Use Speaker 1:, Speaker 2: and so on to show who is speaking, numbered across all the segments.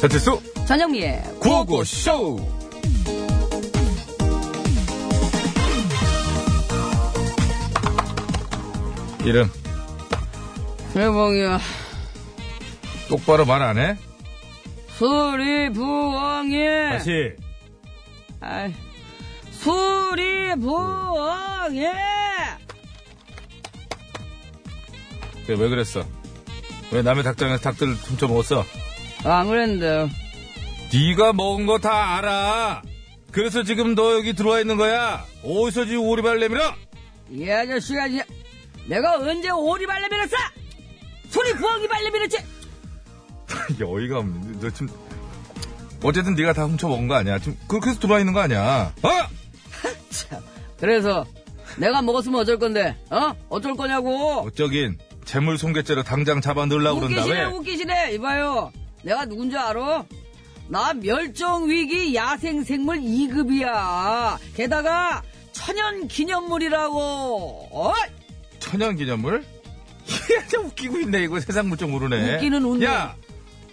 Speaker 1: 자체수
Speaker 2: 전영미의
Speaker 1: 구호구쇼 이름
Speaker 2: 대봉이야.
Speaker 1: 똑바로 말 안 해?
Speaker 2: 수리 부엉이.
Speaker 1: 다시
Speaker 2: 아이, 수리 부엉이.
Speaker 1: 그래, 왜 그랬어? 왜 남의 닭장에서 닭들을 훔쳐 먹었어?
Speaker 2: 안 그랬는데요.
Speaker 1: 네가 먹은 거 다 알아. 그래서 지금 너 여기 들어와 있는 거야. 어디서 지금 오리발 내밀어?
Speaker 2: 이 아저씨가 이제 내가 언제 오리 발레 밀었어? 소리 부엉이 발레 밀었지?
Speaker 1: 이게 어이가 없네. 너 지금 어쨌든 네가 다 훔쳐 먹은 거 아니야. 지금 그렇게 해서 들어와 있는 거 아니야. 어?
Speaker 2: 참. 그래서 내가 먹었으면 어쩔 건데, 어? 어쩔 거냐고.
Speaker 1: 어쩌긴 재물 손괴죄로 당장 잡아 넣으려고 그런다.
Speaker 2: 웃기시네,
Speaker 1: 왜?
Speaker 2: 웃기시네. 이봐요. 내가 누군지 알아? 나 멸종위기 야생생물 2급이야. 게다가 천연 기념물이라고. 어?
Speaker 1: 천연 기념물? 이게 진짜 웃기고 있네. 이거 세상 물정 모르네.
Speaker 2: 웃기는 웃네.
Speaker 1: 야,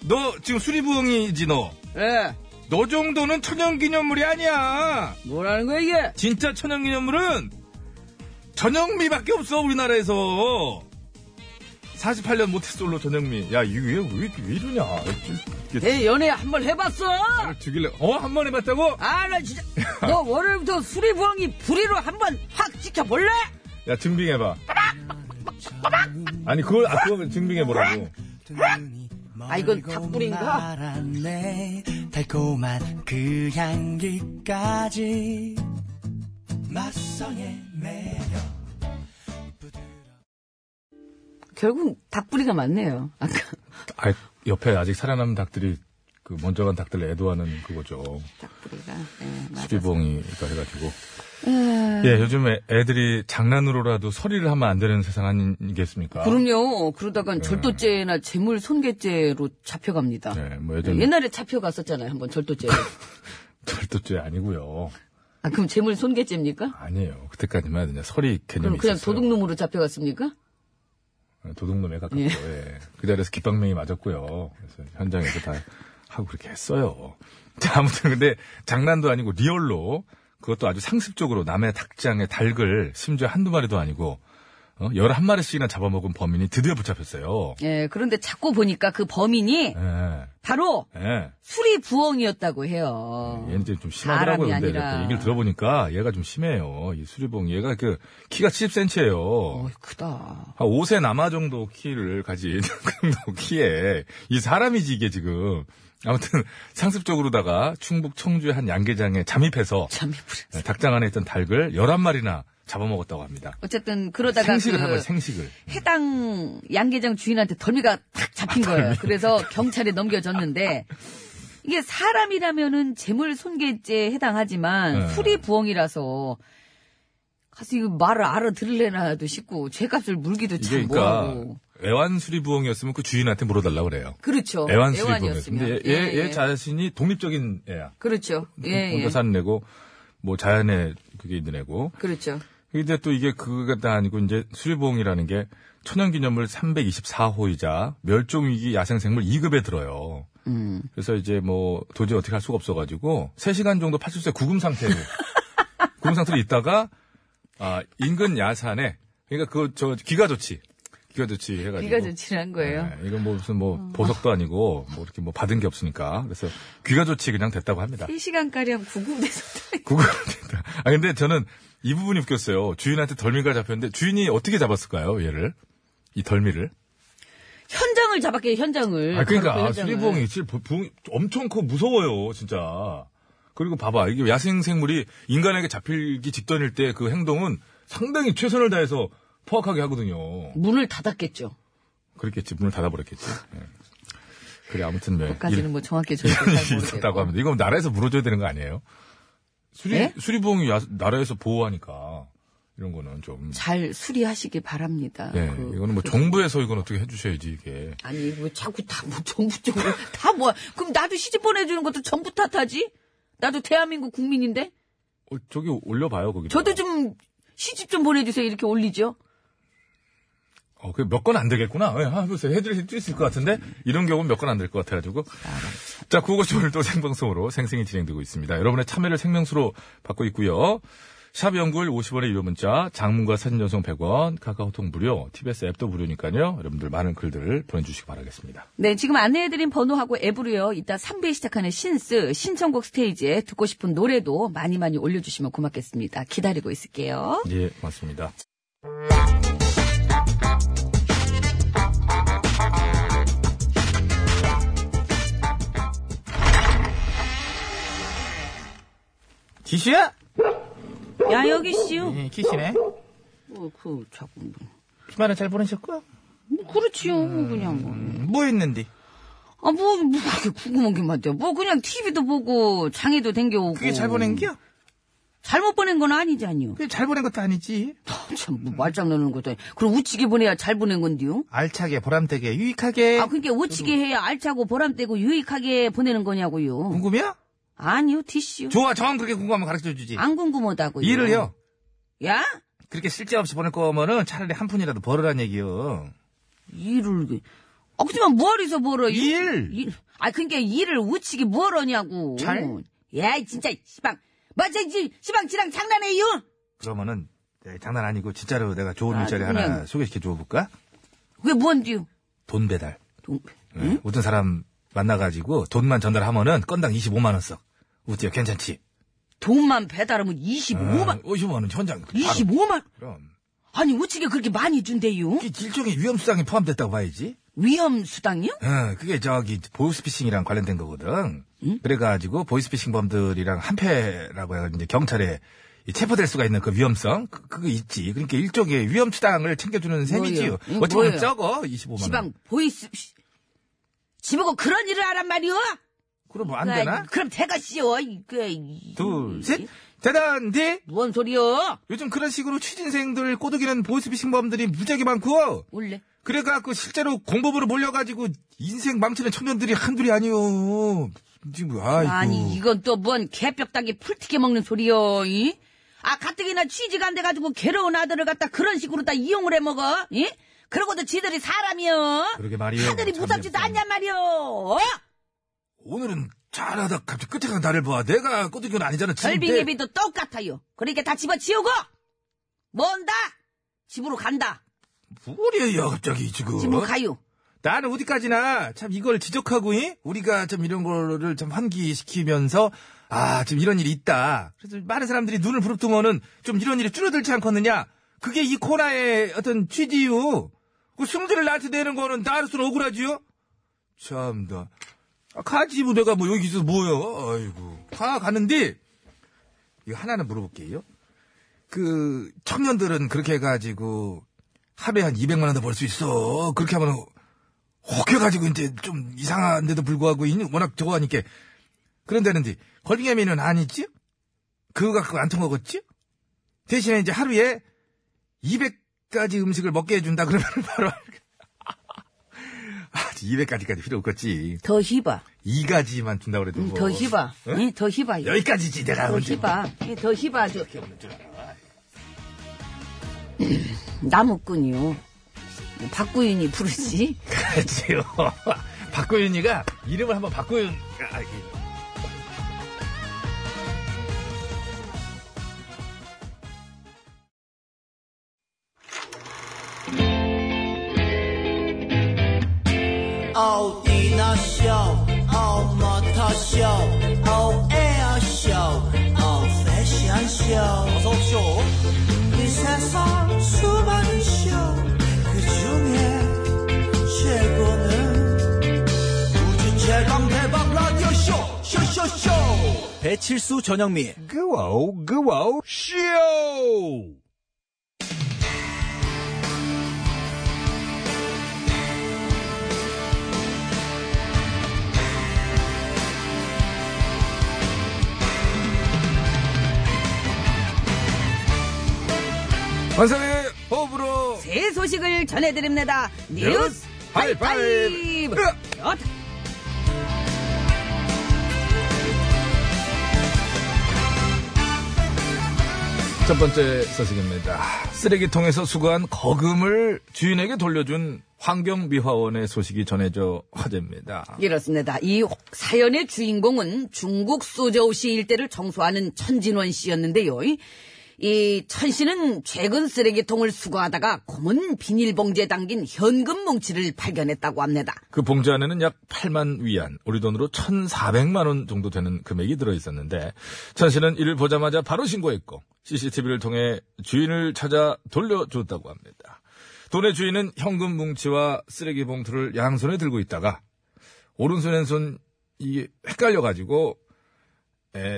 Speaker 1: 너 지금 수리부엉이지 너.
Speaker 2: 예.
Speaker 1: 너 정도는 천연 기념물이 아니야.
Speaker 2: 뭐라는 거야, 이게?
Speaker 1: 진짜 천연기념물은 전영미밖에 없어 우리나라에서 48년 모태솔로 전영미 야 이게 왜, 왜, 왜 이러냐 이게
Speaker 2: 내 연애 한 번 해봤어?
Speaker 1: 나를 죽일래 어한 번 해봤다고
Speaker 2: 아, 나 진짜. 너 월요일부터 수리부엉이 부리로 한 번 확 지켜볼래?
Speaker 1: 야 증빙해봐 아니 그걸 아 그걸 증빙해보라고
Speaker 2: 아, 이건 닭불인가?
Speaker 3: 말았네. 달콤한 그 향기까지 맛성의 매력
Speaker 2: 결국 닭부리가 맞네요. 아까.
Speaker 1: 아 옆에 아직 살아남은 닭들이 그 먼저 간 닭들 애도하는 그거죠
Speaker 2: 닭부리가. 예, 맞아.
Speaker 1: 수리봉이가 해가지고
Speaker 2: 음.
Speaker 1: 예 요즘에 애들이 장난으로라도 서리를 하면 안 되는 세상 아니겠습니까
Speaker 2: 그럼요. 그러다간 절도죄나 재물 손괴죄로 잡혀갑니다.
Speaker 1: 네, 뭐 예전에
Speaker 2: 옛날에 잡혀갔었잖아요. 한번 절도죄.
Speaker 1: 절도죄 아니고요.
Speaker 2: 아, 그럼 재물 손괴죄입니까?
Speaker 1: 아니에요. 그때까지만 그냥 서리 개념이
Speaker 2: 그럼 그냥
Speaker 1: 네, 있었어요.
Speaker 2: 도둑놈으로 잡혀갔습니까?
Speaker 1: 도둑놈에 가깝고
Speaker 2: 예.
Speaker 1: 예. 그 자리에서 깃방맹이 맞았고요. 그래서 현장에서 다 하고 그렇게 했어요. 자, 아무튼 근데 장난도 아니고 리얼로 그것도 아주 상습적으로 남의 닭장에 닭을 심지어 한두 마리도 아니고 어? 11마리씩이나 잡아먹은 범인이 드디어 붙잡혔어요.
Speaker 2: 예, 그런데 자꾸 보니까 그 범인이
Speaker 1: 예.
Speaker 2: 바로
Speaker 1: 예.
Speaker 2: 수리 부엉이었다고 해요.
Speaker 1: 얘는 이제 좀 심하더라고요.
Speaker 2: 사람이
Speaker 1: 근데
Speaker 2: 아니라.
Speaker 1: 이렇게 얘기를 들어보니까 얘가 좀 심해요. 이 수리봉 얘가 그 키가 70cm예요.
Speaker 2: 어이, 크다.
Speaker 1: 한 5세 남아 정도 키를 가진 그 정도 키에 이 사람이지 이게 지금 아무튼 상습적으로다가 충북 청주의 한 양계장에 잠입해서
Speaker 2: 참 예쁘다.
Speaker 1: 닭장 안에 있던 닭을 11마리나 잡아먹었다고 합니다.
Speaker 2: 어쨌든 그러다가
Speaker 1: 생식을
Speaker 2: 그
Speaker 1: 한 거예요, 생식을.
Speaker 2: 해당 양계장 주인한테 덜미가 탁 잡힌
Speaker 1: 아,
Speaker 2: 거예요. 그래서 경찰에 넘겨졌는데 이게 사람이라면은 재물 손괴죄에 해당하지만
Speaker 1: 네.
Speaker 2: 수리 부엉이라서 가서 이거 말을 알아들으려나도 싶고 죄값을 물기도 참
Speaker 1: 이게 그러니까
Speaker 2: 뭐하고.
Speaker 1: 애완 수리부엉이었으면 그 주인한테 물어달라고 그래요.
Speaker 2: 그렇죠.
Speaker 1: 애완
Speaker 2: 애완이었으면.
Speaker 1: 수리부엉이었으면. 근데 얘, 얘, 얘 자신이 독립적인 애야.
Speaker 2: 그렇죠. 예,
Speaker 1: 혼자
Speaker 2: 예.
Speaker 1: 사는 애고 뭐 자연에 그게 있는 애고
Speaker 2: 그렇죠.
Speaker 1: 근데 또 이게 그거가 다 아니고 이제 수리보험이라는 게 천연기념물 324호이자 멸종위기 야생생물 2급에 들어요.
Speaker 2: 음.
Speaker 1: 그래서 이제 뭐 도저히 어떻게 할 수가 없어가지고 3시간 정도 파출소에 구금 상태로 구금 상태로 있다가 아 인근 야산에 그러니까 그 저 기가 조치 기가 조치 해가지고
Speaker 2: 귀가 조치한 거예요. 음.
Speaker 1: 네, 이건 뭐 무슨 뭐 보석도 아니고 뭐 이렇게 뭐 받은 게 없으니까 그래서 귀가 조치 그냥 됐다고 합니다.
Speaker 2: 3시간 가량 구금돼서
Speaker 1: 구급입니다. 아 근데 저는 이 부분이 웃겼어요. 주인한테 덜미가 잡혔는데 주인이 어떻게 잡았을까요? 얘를 이 덜미를.
Speaker 2: 현장을 잡았게 현장을.
Speaker 1: 아
Speaker 2: 바로 그
Speaker 1: 그러니까
Speaker 2: 현장을.
Speaker 1: 수리부엉이 지 부엉이 엄청 커 무서워요 진짜. 그리고 봐봐 이게 야생생물이 인간에게 잡히기 직전일 때 그 행동은 상당히 최선을 다해서 포악하게 하거든요.
Speaker 2: 문을 닫았겠죠.
Speaker 1: 그렇겠지 문을 닫아버렸겠지. 예. 그래 아무튼 네.
Speaker 2: 까지는
Speaker 1: 일-
Speaker 2: 뭐 정확히 저희도 잘
Speaker 1: 일이
Speaker 2: 모르겠고.
Speaker 1: 있었다고 합니다. 이건 나라에서 물어줘야 되는 거 아니에요? 수리
Speaker 2: 예?
Speaker 1: 수리부엉이 야- 나라에서 보호하니까 이런 거는 좀.
Speaker 2: 잘 수리하시기 바랍니다.
Speaker 1: 예,
Speaker 2: 그-
Speaker 1: 이거는 뭐
Speaker 2: 그-
Speaker 1: 정부에서 이건 어떻게 해주셔야지 이게.
Speaker 2: 아니 뭐 자꾸 다 뭐 정부 쪽으로 다 뭐야? 그럼 나도 시집 보내주는 것도 정부 탓하지? 나도 대한민국 국민인데
Speaker 1: 어, 저기 올려봐요 거기.
Speaker 2: 저도 좀 시집 좀 보내주세요 이렇게 올리죠.
Speaker 1: 어, 그 몇 건 안 되겠구나. 예, 아, 글쎄 해드릴 수 있을 것 같은데 이런 경우는 몇 건 안 될 것 같아가지고.
Speaker 4: 자, 구호고시 오늘도 생방송으로 생생히 진행되고 있습니다. 여러분의 참여를 생명수로 받고 있고요. 샵 연구일 50원의 유료 문자, 장문과 사진 전송 100원, 카카오톡 무료, TBS 앱도 무료니까요. 여러분들 많은 글들을 보내주시기 바라겠습니다.
Speaker 2: 네, 지금 안내해드린 번호하고 앱으로요. 이따 3부에 시작하는 신스 신청곡 스테이지에 듣고 싶은 노래도 많이 많이 올려주시면 고맙겠습니다. 기다리고 있을게요.
Speaker 4: 예, 고맙습니다.
Speaker 1: 지슈야?
Speaker 2: 야 여기 씨요.
Speaker 1: 예, 키시네.
Speaker 2: 어, 그 자꾸 뭐.
Speaker 1: 주말에 잘 보내셨고?
Speaker 2: 뭐 그렇지요. 뭐 그냥 뭐.
Speaker 1: 뭐 했는데?
Speaker 2: 아뭐뭐 그렇게 궁금한 게 많대요. 뭐 그냥 TV도 보고 장에도 댕겨오고.
Speaker 1: 그게 네. 잘 보낸 겨?
Speaker 2: 잘못 보낸 건 아니잖요.
Speaker 1: 그게 잘 보낸 것도 아니지.
Speaker 2: 참, 뭐 말장난하는 거다. 그럼 우찌게 보내야 잘 보낸 건데요.
Speaker 1: 알차게, 보람되게, 유익하게.
Speaker 2: 아, 그러니까 우찌게 해야 알차고 보람되고 유익하게 보내는 거냐고요.
Speaker 1: 궁금해요?
Speaker 2: 아니요, 티슈.
Speaker 1: 좋아, 정 그렇게 궁금하면 가르쳐 주지.
Speaker 2: 안 궁금하다고요.
Speaker 1: 일을요.
Speaker 2: 야?
Speaker 1: 그렇게 쓸데 없이 보낼 거면은 차라리 한 푼이라도 벌으란 얘기요.
Speaker 2: 일을. 아, 그지만 뭐하리서 벌어.
Speaker 1: 일.
Speaker 2: 일. 아, 그러니까 일을 우찌게 뭐하러냐고.
Speaker 1: 잘?
Speaker 2: 야, 진짜, 시방. 맞아, 이 시방 지랑 장난해요!
Speaker 1: 그러면은 네, 장난 아니고 진짜로 내가 좋은
Speaker 2: 아,
Speaker 1: 일자리
Speaker 2: 그냥-
Speaker 1: 하나 소개시켜 줘 볼까?
Speaker 2: 그게 뭔데요?
Speaker 1: 돈 배달.
Speaker 2: 동-
Speaker 1: 네, 어떤 사람 만나가지고 돈만 전달하면은 건당 25만 원 써. 우찌야 괜찮지?
Speaker 2: 돈만 배달하면 25만,
Speaker 1: 5만원 현장. 아, 바로.
Speaker 2: 25만.
Speaker 1: 그럼.
Speaker 2: 아니, 우찌게 그렇게 많이 준대요?
Speaker 1: 이게 일종의 위험수당이 포함됐다고 봐야지.
Speaker 2: 위험 수당이요?
Speaker 1: 어, 그게 저기 보이스피싱이랑 관련된 거거든. 그래가지고 보이스피싱범들이랑 한패라고 해가지고 이제 경찰에 이 체포될 수가 있는 그 위험성 그, 그거 있지. 그러니까 일종의 위험수당을 챙겨주는 셈이지요.
Speaker 2: 뭐예요?
Speaker 1: 어찌 보면
Speaker 2: 뭐예요?
Speaker 1: 적어 25만 원.
Speaker 2: 지방 보이스 씨. 지보고 그런 일을 하란 말이오?
Speaker 1: 그럼 뭐안 되나?
Speaker 2: 그럼 대가 씨요. 이, 그, 이,
Speaker 1: 둘, 셋. 대단 디
Speaker 2: 뭔 소리요?
Speaker 1: 요즘 그런 식으로 취진생들 꼬드기는 보이스피싱범들이 무지하게 많고
Speaker 2: 원래
Speaker 1: 그래갖고 실제로 공범으로 몰려가지고 인생 망치는 청년들이 한둘이 아니요. 지금 아이고.
Speaker 2: 아니 이건 또 뭔 개뼈다귀 풀튀게 먹는 소리요? 이? 아 가뜩이나 취지가 안 돼가지고 괴로운 아들을 갖다 그런 식으로 다 이용을 해 먹어? 이? 그러고도 지들이 사람이요?
Speaker 1: 그러게 말이에요.
Speaker 2: 아들이
Speaker 1: 참
Speaker 2: 무섭지도
Speaker 1: 참.
Speaker 2: 않냔 말이요? 어?
Speaker 1: 오늘은 잘하다 갑자기 끝에 가 나를 봐. 내가 꼬드기는 아니잖아. 지금 내-
Speaker 2: 절빙예비도 똑같아요. 그러니까 다 집어치우고 뭔다 집으로 간다.
Speaker 1: 뭐래요 갑자기 지금.
Speaker 2: 집으로 가요.
Speaker 1: 나는 어디까지나 참 이걸 지적하고 이? 우리가 좀 이런 거를 좀 환기시키면서 아, 좀 이런 일이 있다. 그래서 많은 사람들이 눈을 부릅뜨면은 좀 이런 일이 줄어들지 않겠느냐. 그게 이 코너의 어떤 취지요. 그 승질을 나한테 내는 거는 나로서는 억울하지요. 참나. 아, 가지 뭐 내가 뭐 여기서 뭐요. 아이고. 가 가는데 이거 하나는 물어볼게요. 그 청년들은 그렇게 해가지고 하루에 한 200만 원도 벌 수 있어. 그렇게 하면 혹해가지고 이제 좀 이상한데도 불구하고 이 워낙 저거 하니까 그런다는데 걸빙애미는 아니지? 그거 갖고 안 통하겠지? 대신에 이제 하루에 200가지 음식을 먹게 해준다 그러면 바로 아, 200가지까지 필요 없겠지.
Speaker 2: 더 희봐.
Speaker 1: 2가지만 준다 그래도
Speaker 2: 음,
Speaker 1: 뭐.
Speaker 2: 더 희봐.
Speaker 1: 응?
Speaker 2: 예, 더 희봐. 요
Speaker 1: 여기까지지 내가
Speaker 2: 더
Speaker 1: 언제
Speaker 2: 희봐. 예, 더 희봐. 저,
Speaker 1: 이렇게 없는 줄 알아.
Speaker 2: 나무꾼이요. 뭐 박구윤이 부르지.
Speaker 1: 그렇지요. 박구윤이가 이름을 한번 박구윤. 아, 이게.
Speaker 3: Oh, dinner show. Oh, motor show. Oh, air show. Oh, fashion show. 어서 오쇼. 이 세상 수많은 쇼. 그 중에 최고는 우주 최강 대박 라디오 쇼. 쇼쇼쇼. 배칠수 전영미.
Speaker 1: 그와우 그와우 쇼 환상의 호흡으로
Speaker 2: 새 소식을 전해드립니다. 뉴스 하이파이브.
Speaker 1: 하이파이브.
Speaker 2: 그렇다.
Speaker 4: 첫 번째 소식입니다. 쓰레기통에서 수거한 거금을 주인에게 돌려준
Speaker 1: 환경미화원의 소식이 전해져 화제입니다.
Speaker 2: 이렇습니다. 이 사연의 주인공은 중국 수저우시 일대를 청소하는 천진원 씨였는데요. 이 천 씨는 최근 쓰레기통을 수거하다가 검은 비닐봉지에 담긴 현금 뭉치를 발견했다고 합니다.
Speaker 1: 그 봉지 안에는 약 8만 위안, 우리 돈으로 1,400만 원 정도 되는 금액이 들어 있었는데 천 씨는 이를 보자마자 바로 신고했고 CCTV를 통해 주인을 찾아 돌려줬다고 합니다. 돈의 주인은 현금 뭉치와 쓰레기 봉투를 양손에 들고 있다가 오른손 왼손 이게 헷갈려 가지고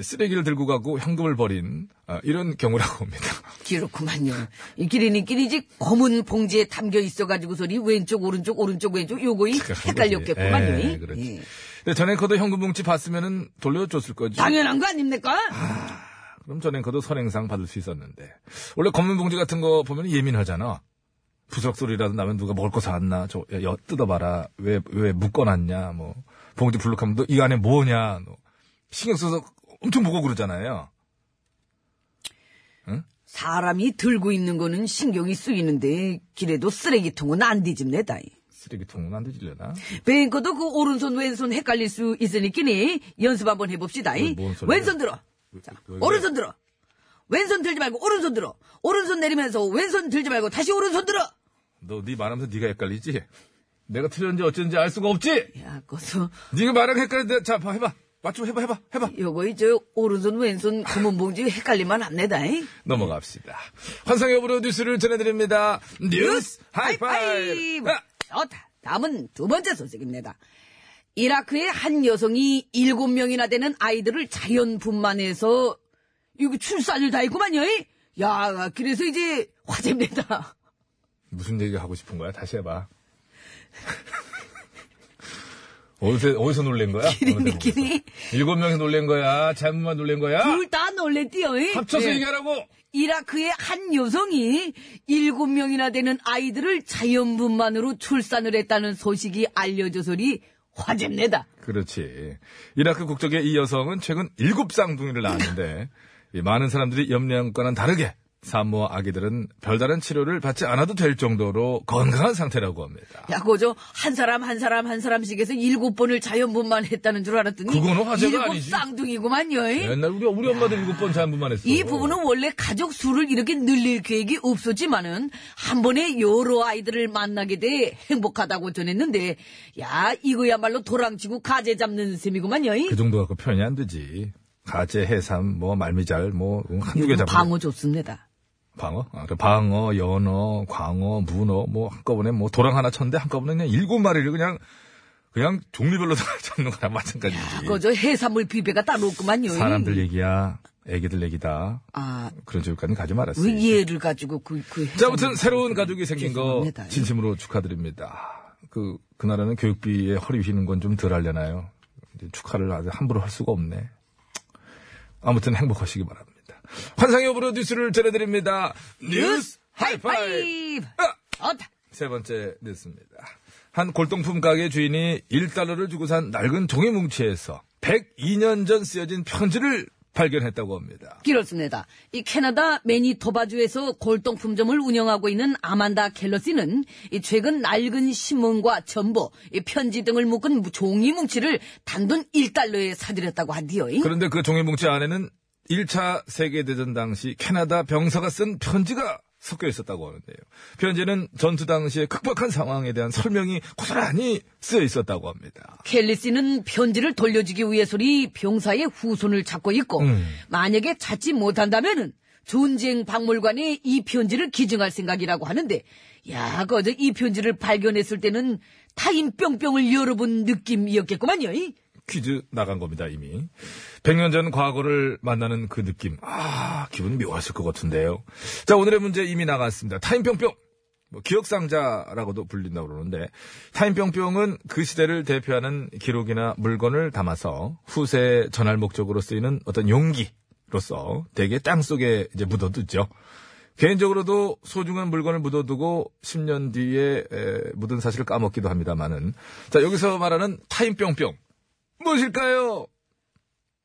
Speaker 1: 쓰레기를 들고 가고 현금을 버린 아, 이런 경우라고 합니다.
Speaker 2: 그렇구만요. 이 길이는 길이지 검은 봉지에 담겨 있어가지고 소리 왼쪽 오른쪽 오른쪽 왼쪽 요거이 헷갈렸겠구만요.
Speaker 1: 그렇죠. 예, 그렇지. 근데 전 앵커도 현금 뭉치 봤으면은 돌려줬을 거지.
Speaker 2: 당연한 거 아닙니까?
Speaker 1: 그럼 전 앵커도 선행상 받을 수 있었는데. 원래 검은 봉지 같은 거 보면 예민하잖아. 부석 소리라도 나면 누가 먹을 거 사왔나? 저, 야, 야, 뜯어봐라. 왜, 왜 묶어놨냐? 뭐, 봉지 불룩하면 너 이 안에 뭐냐? 너 신경 써서 엄청 보고 그러잖아요.
Speaker 2: 사람이 들고 있는 거는 신경이 쓰이는데 길에도 쓰레기통은 안 뒤집네다.
Speaker 1: 쓰레기통은 안 되질려나?
Speaker 2: 뱅커도 그 오른손 왼손 헷갈릴 수 있으니끼니 연습 한번 해봅시다.
Speaker 1: 어, 뭔 소리야?
Speaker 2: 왼손 들어. 자,
Speaker 1: 왜, 왜?
Speaker 2: 오른손 들어. 왼손 들지 말고 오른손 들어. 오른손 내리면서 왼손 들지 말고 다시 오른손 들어.
Speaker 1: 너 네 말하면서 네가 헷갈리지? 내가 틀렸는지 어쨌는지 알 수가 없지?
Speaker 2: 야, 거서
Speaker 1: 네가 말하고 헷갈리는데, 자, 봐, 해봐. 맞추고 해봐, 해봐, 해봐.
Speaker 2: 요거 이제 오른손 왼손 검은 봉지 헷갈리면 합니다. 잉?
Speaker 1: 넘어갑시다. 환상의 오브로 뉴스를 전해드립니다. 뉴스 하이파이브! 아!
Speaker 2: 하이파이브! 좋다. 다음은 두 번째 소식입니다. 이라크의 한 여성이 일곱 명이나 되는 아이들을 자연 분만해서 이거 출산을 다 했구만요. 이? 야, 그래서 이제
Speaker 1: 아,
Speaker 2: 화제입니다.
Speaker 1: 무슨 얘기 하고 싶은 거야? 다시 해봐. 어디서, 어디서 놀란 거야? 어느 대목에서?
Speaker 2: 느끼니
Speaker 1: 일곱 명이 놀란 거야? 잘못만 놀란 거야?
Speaker 2: 둘다 놀랬디요. 이?
Speaker 1: 합쳐서
Speaker 2: 네.
Speaker 1: 얘기하라고!
Speaker 2: 이라크의 한 여성이 일곱 명이나 되는 아이들을 자연분만으로 출산을 했다는 소식이 알려져서리 화제입니다.
Speaker 1: 그렇지. 이라크 국적의 이 여성은 최근 일곱 쌍둥이를 낳았는데, 이 많은 사람들이 염려한과는 다르게, 산모와 아기들은 별다른 치료를 받지 않아도 될 정도로 건강한 상태라고 합니다.
Speaker 2: 야, 그죠? 한 사람, 한 사람, 한 사람씩 해서 일곱 번을 자연분만 했다는 줄 알았더니.
Speaker 1: 그거는 화제가
Speaker 2: 일곱
Speaker 1: 아니지.
Speaker 2: 쌍둥이구만요.
Speaker 1: 옛날 우리 우리 엄마도 일곱 번 잔분만 했어.
Speaker 2: 예? 이 부분은 원래 가족 수를 이렇게 늘릴 계획이 없었지만은 한 번에 여러 아이들을 만나게 돼 행복하다고 전했는데 야 이거야말로 도랑치고 가재 잡는 셈이구만요.
Speaker 1: 그 정도 갖고 표현이 안 되지. 가재, 해삼, 뭐 말미잘, 뭐 한두 개 잡아.
Speaker 2: 방어 좋습니다.
Speaker 1: 방어? 아, 그 방어, 연어, 광어, 문어, 뭐 한꺼번에 뭐 도랑 하나 쳤는데 한꺼번에 그냥 일곱 마리를 그냥 그냥 종류별로 다 잡는 거랑 마찬가지지.
Speaker 2: 그저 해산물 비배가 따로 없구만요.
Speaker 1: 예. 사람들 얘기야, 애기들 얘기다.
Speaker 2: 아,
Speaker 1: 그런 쪽까지 가지 말았어.
Speaker 2: 왜 얘를 가지고 그, 그. 해산물
Speaker 1: 예, 자, 아무튼 새로운
Speaker 2: 비벼를-
Speaker 1: 가족이 생긴 거
Speaker 2: 죄송합니다. 예.
Speaker 1: 진심으로 축하드립니다. 그, 그 나라는 교육비에 허리 휘는 건 좀 덜 하려나요? 이제 축하를 아주 함부로 할 수가 없네. 아무튼 행복하시기 바랍니다. 환상의 오브로 뉴스를 전해드립니다. 뉴스 하이파이!
Speaker 2: 하이파이브! 어다.
Speaker 1: 세 번째 뉴스입니다. 한 골동품 가게 주인이 1달러를 주고 산 낡은 종이 뭉치에서 102년 전 쓰여진 편지를 발견했다고 합니다.
Speaker 2: 그렇습니다. 이 캐나다 매니토바주에서 골동품점을 운영하고 있는 아만다 켈러씨는 이 최근 낡은 신문과 전보, 이 편지 등을 묶은 종이 뭉치를 단돈 1달러에 사들였다고 하디요.
Speaker 1: 그런데 그 종이 뭉치 안에는 1차 세계대전 당시 캐나다 병사가 쓴 편지가 섞여 있었다고 하는데요. 그 편지는 전투 당시의 극박한 상황에 대한 설명이 고스란히 쓰여 있었다고 합니다.
Speaker 2: 켈리 씨는 편지를 돌려주기 위해서리 병사의 후손을 찾고 있고 만약에 찾지 못한다면은 전쟁 박물관에 이 편지를 기증할 생각이라고 하는데 야, 그 어제 이 편지를 발견했을 때는 타인 뿅뿅을 열어본 느낌이었겠구만요. 이.
Speaker 1: 퀴즈 나간 겁니다, 이미. 100년 전 과거를 만나는 그 느낌. 아, 기분이 묘하실 것 같은데요. 자, 오늘의 문제 이미 나갔습니다. 타임뿅뿅! 뭐, 기억상자라고도 불린다고 그러는데, 타임뿅뿅은 그 시대를 대표하는 기록이나 물건을 담아서 후세에 전할 목적으로 쓰이는 어떤 용기로서 대개 땅 속에 이제 묻어두죠. 개인적으로도 소중한 물건을 묻어두고 10년 뒤에 에, 묻은 사실을 까먹기도 합니다만은 자 여기서 말하는 타임뿅뿅 무엇일까요?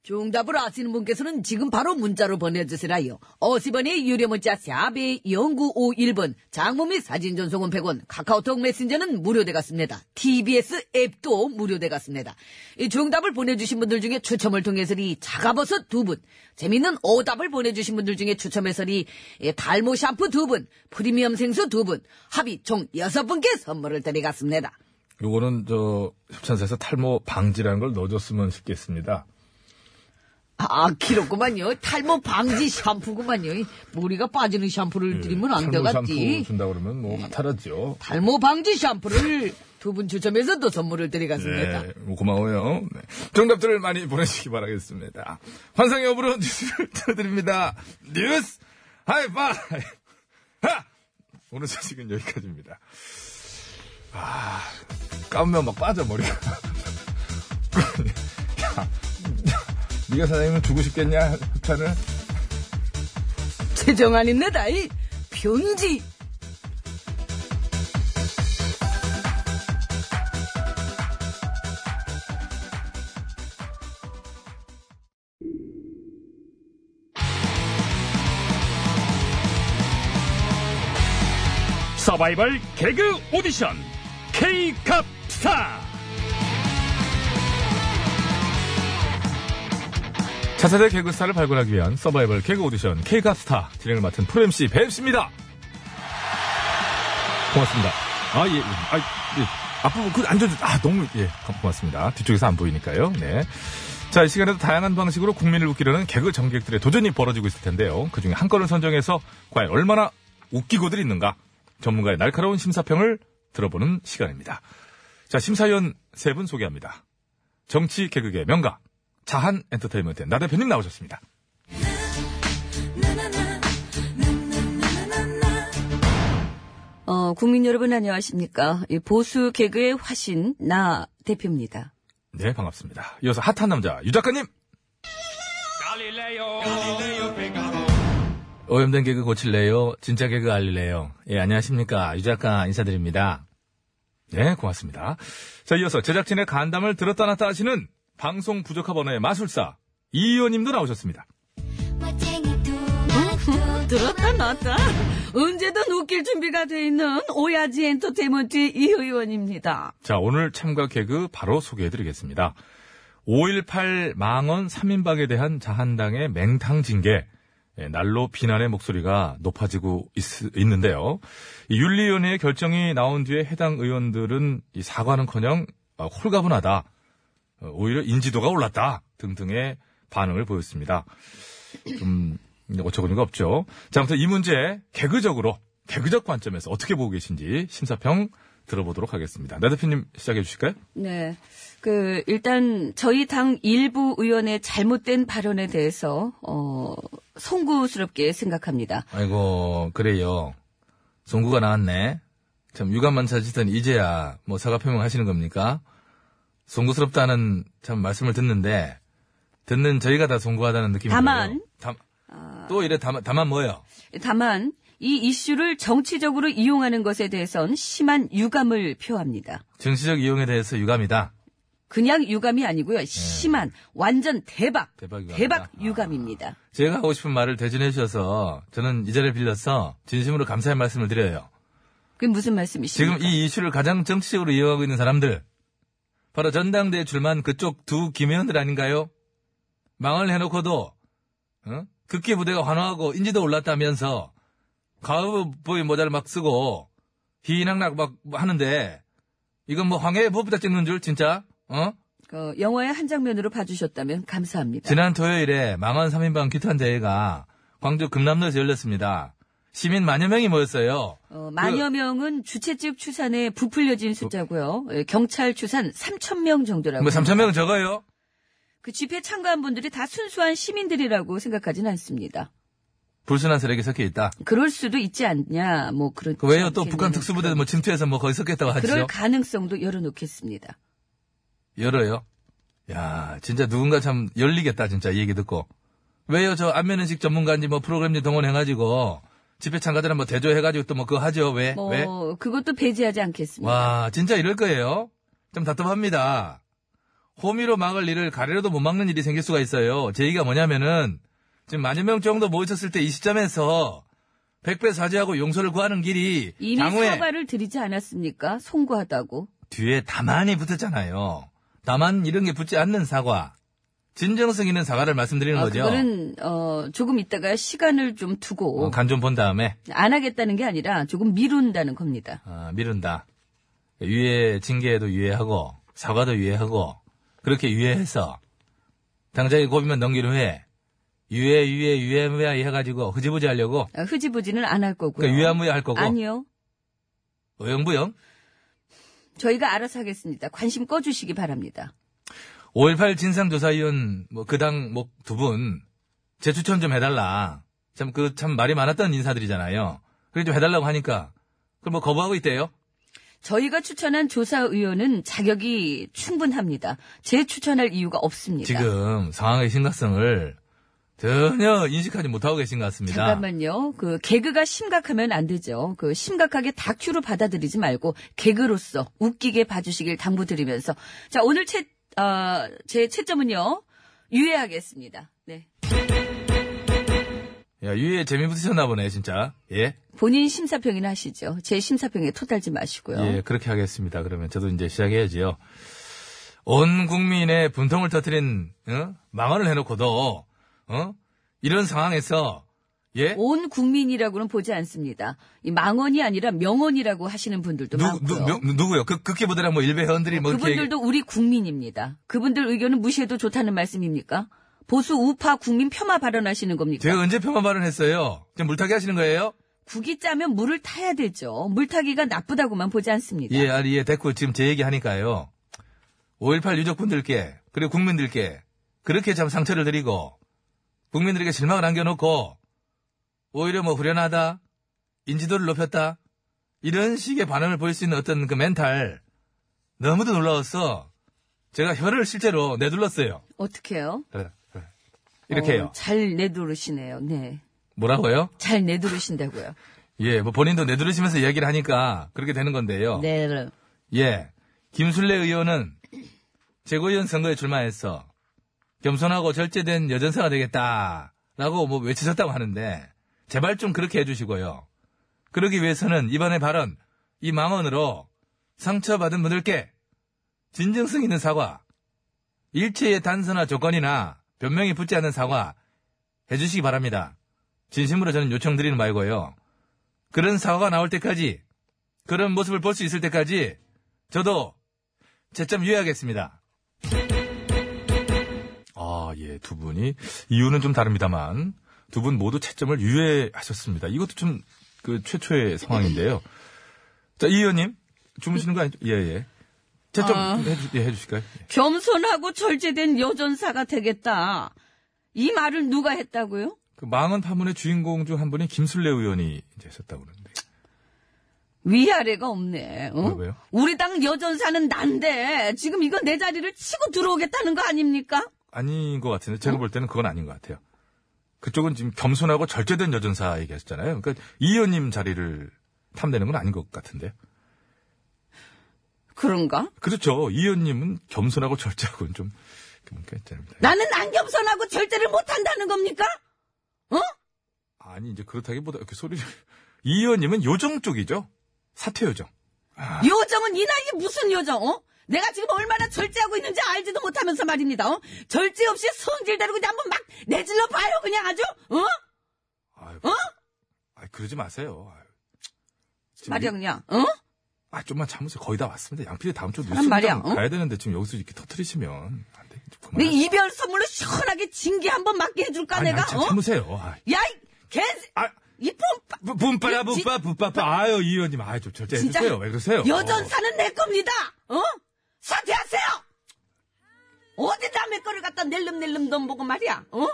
Speaker 5: 정답을 아시는 분께서는 지금 바로 문자로 보내주세요. 50원의 유료 문자 샵의 0951번, 장모 및 사진 전송은 100원, 카카오톡 메신저는 무료되갔습니다. TBS 앱도 무료되갔습니다. 이 정답을 보내주신 분들 중에 추첨을 통해서 이 자가버섯 두 분, 재밌는 오답을 보내주신 분들 중에 추첨해서 이 예, 달모 샴푸 두 분, 프리미엄 생수 두 분, 합의 총 여섯 분께 선물을 드리겠습니다.
Speaker 1: 요거는 저 협찬사에서 탈모 방지라는 걸 넣어줬으면 싶겠습니다.
Speaker 5: 아, 길었구만요. 탈모 방지 샴푸구만요. 이 머리가 빠지는 샴푸를 드리면 안
Speaker 1: 예, 탈모
Speaker 5: 되겠지. 네.
Speaker 1: 샴푸 준다 그러면 뭐 화탈하죠.
Speaker 5: 탈모 방지 샴푸를 두 분 추첨해서 또 선물을 드리겠습니다.
Speaker 1: 네, 뭐 고마워요. 네. 정답들을 많이 보내주시기 바라겠습니다. 환상의 업으로 뉴스를 틀어드립니다. 뉴스 하이파이! 하! 오늘 소식은 여기까지입니다. 아, 까면 막 빠져, 머리가. 야, 네가 사장님은 주고 싶겠냐, 협찬을?
Speaker 5: 최정 아닙니다. 이 편지.
Speaker 6: 서바이벌 개그 오디션 K캅스타
Speaker 1: 차세대 개그스타를 발굴하기 위한 서바이벌 개그 오디션 K갑스타 진행을 맡은 프로MC 뱀씨입니다. 고맙습니다. 아, 예, 예. 아, 예. 앞부분, 그, 앉아주, 아, 너무, 예, 고맙습니다. 뒤쪽에서 안 보이니까요. 네. 자, 이 시간에도 다양한 방식으로 국민을 웃기려는 개그 전객들의 도전이 벌어지고 있을 텐데요. 그 중에 한 건을 선정해서 과연 얼마나 웃기고들 있는가. 전문가의 날카로운 심사평을 들어보는 시간입니다. 자, 심사위원 세 분 소개합니다. 정치 개그의 명가 자한 엔터테인먼트의 나 대표님 나오셨습니다.
Speaker 2: 어, 국민 여러분 안녕하십니까. 이 보수 개그의 화신, 나 대표입니다.
Speaker 1: 네 반갑습니다. 이어서 핫한 남자 유 작가님 오염된 개그 고칠래요? 진짜 개그 알릴래요? 예 안녕하십니까 유 작가 인사드립니다. 네 고맙습니다. 자 이어서 제작진의 간담을 들었다 놨다 하시는 방송 부족합 언어의 마술사 이 의원님도 나오셨습니다.
Speaker 2: 들었다 놨다. 언제든 웃길 준비가 돼 있는 오야지 엔터테인먼트 이 의원입니다.
Speaker 1: 자, 오늘 참가 개그 바로 소개해드리겠습니다. 5.18 망언 3인방에 대한 자한당의 맹탕 징계. 예, 날로 비난의 목소리가 높아지고 있, 는데요 윤리위원회의 결정이 나온 뒤에 해당 의원들은 이 사과는커녕 어, 홀가분하다. 어, 오히려 인지도가 올랐다. 등등의 반응을 보였습니다. 좀 어처구니가 없죠. 자, 아무튼 이 문제 개그적으로 개그적 관점에서 어떻게 보고 계신지 심사평 들어보도록 하겠습니다. 나 대표님 시작해 주실까요?
Speaker 2: 네. 그, 일단 저희 당 일부 의원의 잘못된 발언에 대해서, 어, 송구스럽게 생각합니다.
Speaker 1: 아이고 그래요. 송구가 나왔네. 참 유감만 찾으시던 이제야 뭐 사과 표명하시는 겁니까? 송구스럽다는 참 말씀을 듣는데 듣는 저희가 다 송구하다는 느낌이
Speaker 2: 다만.
Speaker 1: 들어요. 담- 또 이래 다만 다만 뭐요?
Speaker 2: 다만, 이 이슈를 정치적으로 이용하는 것에 대해선 심한 유감을 표합니다.
Speaker 1: 정치적 이용에 대해서 유감이다.
Speaker 2: 그냥 유감이 아니고요. 심한 완전 대박
Speaker 1: 네. 대박 유감이다.
Speaker 2: 유감입니다.
Speaker 1: 제가 하고 싶은 말을 대신해 주셔서 저는 이 자리를 빌려서 진심으로 감사의 말씀을 드려요.
Speaker 2: 그게 무슨 말씀이십니까?
Speaker 1: 지금 이 이슈를 가장 정치적으로 이용하고 있는 사람들 바로 전당대회 출마한 그쪽 두 김의원들 아닌가요? 망언을 해놓고도 어? 극기 부대가 환호하고 인지도 올랐다면서 가업의 모자를 막 쓰고 희낙낙 막 하는데 이건 뭐 황해의 무엇보다 찍는 줄 진짜 어?
Speaker 2: 그 영화의 한 장면으로 봐주셨다면 감사합니다.
Speaker 1: 지난 토요일에 망원 3인방 규탄 대회가 광주 금남로에서 열렸습니다. 시민 만여 명이 모였어요.
Speaker 2: 어, 만여 명은 주최 측 추산에 부풀려진 숫자고요. 예, 경찰 추산 3천 명 정도라고.
Speaker 1: 뭐 3천 명 적어요?
Speaker 2: 그 집회 참가한 분들이 다 순수한 시민들이라고 생각하진 않습니다.
Speaker 1: 불순한 세력이 섞여 있다.
Speaker 2: 그럴 수도 있지 않냐. 뭐 그런.
Speaker 1: 그 외에 또 북한 특수부대도 뭐 침투해서 뭐 거기 섞였다고
Speaker 2: 그럴
Speaker 1: 하죠.
Speaker 2: 가능성도 열어놓겠습니다.
Speaker 1: 열어요. 야, 진짜 누군가 참 열리겠다 진짜 이 얘기 듣고. 왜요? 저 안면은식 전문가인지 뭐 프로그램인지 동원해가지고 집회 참가자들 뭐 대조해가지고 또 뭐 그거 하죠. 왜?
Speaker 2: 뭐
Speaker 1: 왜?
Speaker 2: 그것도 배제하지 않겠습니다.
Speaker 1: 와, 진짜 이럴 거예요? 좀 답답합니다. 호미로 막을 일을 가래로도 못 막는 일이 생길 수가 있어요. 제의가 뭐냐면은 지금 만여 명 정도 모였었을 때 이 시점에서 백배 사죄하고 용서를 구하는 길이
Speaker 2: 이미
Speaker 1: 향후에
Speaker 2: 사과를 드리지 않았습니까? 송구하다고.
Speaker 1: 뒤에 다만이 붙었잖아요. 다만 이런 게 붙지 않는 사과. 진정성 있는 사과를 말씀드리는
Speaker 2: 아,
Speaker 1: 거죠.
Speaker 2: 그거는 어, 조금 있다가 시간을 좀 두고
Speaker 1: 어, 간 좀 본 다음에
Speaker 2: 안 하겠다는 게 아니라 조금 미룬다는 겁니다.
Speaker 1: 아, 미룬다. 유예 징계에도 유예하고 사과도 유예하고 그렇게 유예해서 당장에 고비만 넘기려 해. 유예 유예 유예무야 해가지고 흐지부지 하려고
Speaker 2: 아, 흐지부지는 안 할 거고요.
Speaker 1: 그러니까 유야무야 할 거고
Speaker 2: 아니요.
Speaker 1: 어영부영
Speaker 2: 저희가 알아서 하겠습니다. 관심 꺼주시기 바랍니다.
Speaker 1: 5.18 진상조사위원 뭐 그당 뭐 두 분 재추천 좀 해달라 참 그 참 말이 많았던 인사들이잖아요 그래 좀 해달라고 하니까 그럼 뭐 거부하고 있대요
Speaker 2: 저희가 추천한 조사위원은 자격이 충분합니다. 재추천할 이유가 없습니다.
Speaker 1: 지금 상황의 심각성을 전혀 인식하지 못하고 계신 것 같습니다
Speaker 2: 잠깐만요. 그 개그가 심각하면 안 되죠. 그 심각하게 다큐로 받아들이지 말고 개그로서 웃기게 봐주시길 당부드리면서 자 오늘 채, 아, 제 채점은요 유예하겠습니다. 네.
Speaker 1: 야 유예 재미 붙으셨나 보네 진짜 예?
Speaker 2: 본인 심사평이나 하시죠. 제 심사평에 토달지 마시고요.
Speaker 1: 예 그렇게 하겠습니다 그러면 저도 이제 시작해야지요 온 국민의 분통을 터뜨린 어? 망언을 해놓고도 어? 이런 상황에서 예?
Speaker 2: 온 국민이라고는 보지 않습니다. 이 망언이 아니라 명언이라고 하시는 분들도
Speaker 1: 누,
Speaker 2: 많고요.
Speaker 1: 누, 누, 누구요? 그, 극기 보더라, 뭐, 일베 회원들이 뭐, 이렇게.
Speaker 2: 그분들도 우리 국민입니다. 그분들 의견은 무시해도 좋다는 말씀입니까? 보수 우파 국민 폄하 발언하시는 겁니까?
Speaker 1: 제가 언제 폄하 발언했어요? 지금 물타기 하시는 거예요?
Speaker 2: 국이 짜면 물을 타야 되죠. 물타기가 나쁘다고만 보지 않습니다.
Speaker 1: 예, 아니, 예, 됐고, 지금 제 얘기 하니까요. 5.18 유족분들께, 그리고 국민들께, 그렇게 참 상처를 드리고, 국민들에게 실망을 안겨놓고, 오히려 뭐, 후련하다, 인지도를 높였다, 이런 식의 반응을 보일 수 있는 어떤 그 멘탈, 너무도 놀라웠어. 제가 혀를 실제로 내둘렀어요. 예,
Speaker 2: 어떻게요?
Speaker 1: 이렇게요.
Speaker 2: 어, 잘 내두르시네요. 네.
Speaker 1: 뭐라고요?
Speaker 2: 잘 내두르신다고요.
Speaker 1: 예, 뭐 본인도 내두르시면서 이야기를 하니까 그렇게 되는 건데요.
Speaker 2: 네.
Speaker 1: 예. 김순례 의원은 재고위원 선거에 출마해서 겸손하고 절제된 여전사가 되겠다라고 뭐 외치셨다고 하는데 제발 좀 그렇게 해주시고요. 그러기 위해서는 이번에 발언, 이 망언으로 상처받은 분들께 진정성 있는 사과, 일체의 단서나 조건이나 변명이 붙지 않은 사과 해주시기 바랍니다. 진심으로 저는 요청드리는 말고요. 그런 사과가 나올 때까지, 그런 모습을 볼 수 있을 때까지 저도 채점 유예하겠습니다.
Speaker 7: 아, 예, 두 분이 이유는 좀 다릅니다만 두 분 모두 채점을 유예하셨습니다. 이것도 좀 그 최초의 상황인데요. 자, 이 의원님 주무시는 거 아니죠? 예, 예. 채점
Speaker 2: 아.
Speaker 7: 해주, 예, 해주실까요? 예.
Speaker 2: 겸손하고 절제된 여전사가 되겠다. 이 말을 누가 했다고요?
Speaker 7: 그 망언 파문의 주인공 중 한 분이 김술래 의원이 이제 했었다고 그러는데.
Speaker 2: 위아래가 없네. 어?
Speaker 7: 왜, 왜요?
Speaker 2: 우리 당 여전사는 난데 지금 이거 내 자리를 치고 들어오겠다는 거 아닙니까?
Speaker 7: 아닌 것 같은데 제가 볼 때는 그건 아닌 것 같아요. 그쪽은 지금 겸손하고 절제된 여전사 얘기하셨잖아요. 그러니까 이 의원님 자리를 탐내는 건 아닌 것 같은데요.
Speaker 2: 그런가?
Speaker 7: 그렇죠. 이 의원님은 겸손하고 절제하고는 좀 그러니까 됩니다.
Speaker 2: 나는 안 겸손하고 절제를 못한다는 겁니까?
Speaker 7: 아니 이제 그렇다기보다 이렇게 소리를 이 의원님은 요정 쪽이죠. 사퇴 요정. 아.
Speaker 2: 요정은 이 나이에 무슨 요정? 어? 내가 지금 얼마나 절제하고 있는지 알지도 못하면서 말입니다. 어? 절제 없이 성질대로 그냥 한번 막 내질러 봐요 그냥 아주. 어?
Speaker 7: 아유,
Speaker 2: 어?
Speaker 7: 아유, 그러지 마세요. 아유, 지금
Speaker 2: 말이야
Speaker 7: 이-
Speaker 2: 그냥. 어?
Speaker 7: 아 좀만 참으세요. 거의 다 왔습니다. 양피디 다음 주
Speaker 2: 사람
Speaker 7: 뉴스
Speaker 2: 말이야,
Speaker 7: 말이야.
Speaker 2: 어?
Speaker 7: 가야 되는데 지금 여기서 이렇게 터트리시면 안 돼. 좀
Speaker 2: 내
Speaker 7: 그만.
Speaker 2: 이별 선물로 시원하게 징계 한번 맞게 해줄까
Speaker 7: 아니,
Speaker 2: 내가?
Speaker 7: 아니, 참
Speaker 2: 어?
Speaker 7: 참으세요. 아유.
Speaker 2: 야 이 개.
Speaker 7: 아.
Speaker 2: 이 뽐빠.
Speaker 7: 부- 분빠라 분빠 분빠빠 아유 이 의원님 아유 좀 절제
Speaker 2: 진짜
Speaker 7: 해주세요 왜 그러세요
Speaker 2: 여전사는 내 겁니다. 어? 사퇴하세요. 어디 남의 거를 갖다 낼름낼름 돈 보고 말이야. 어?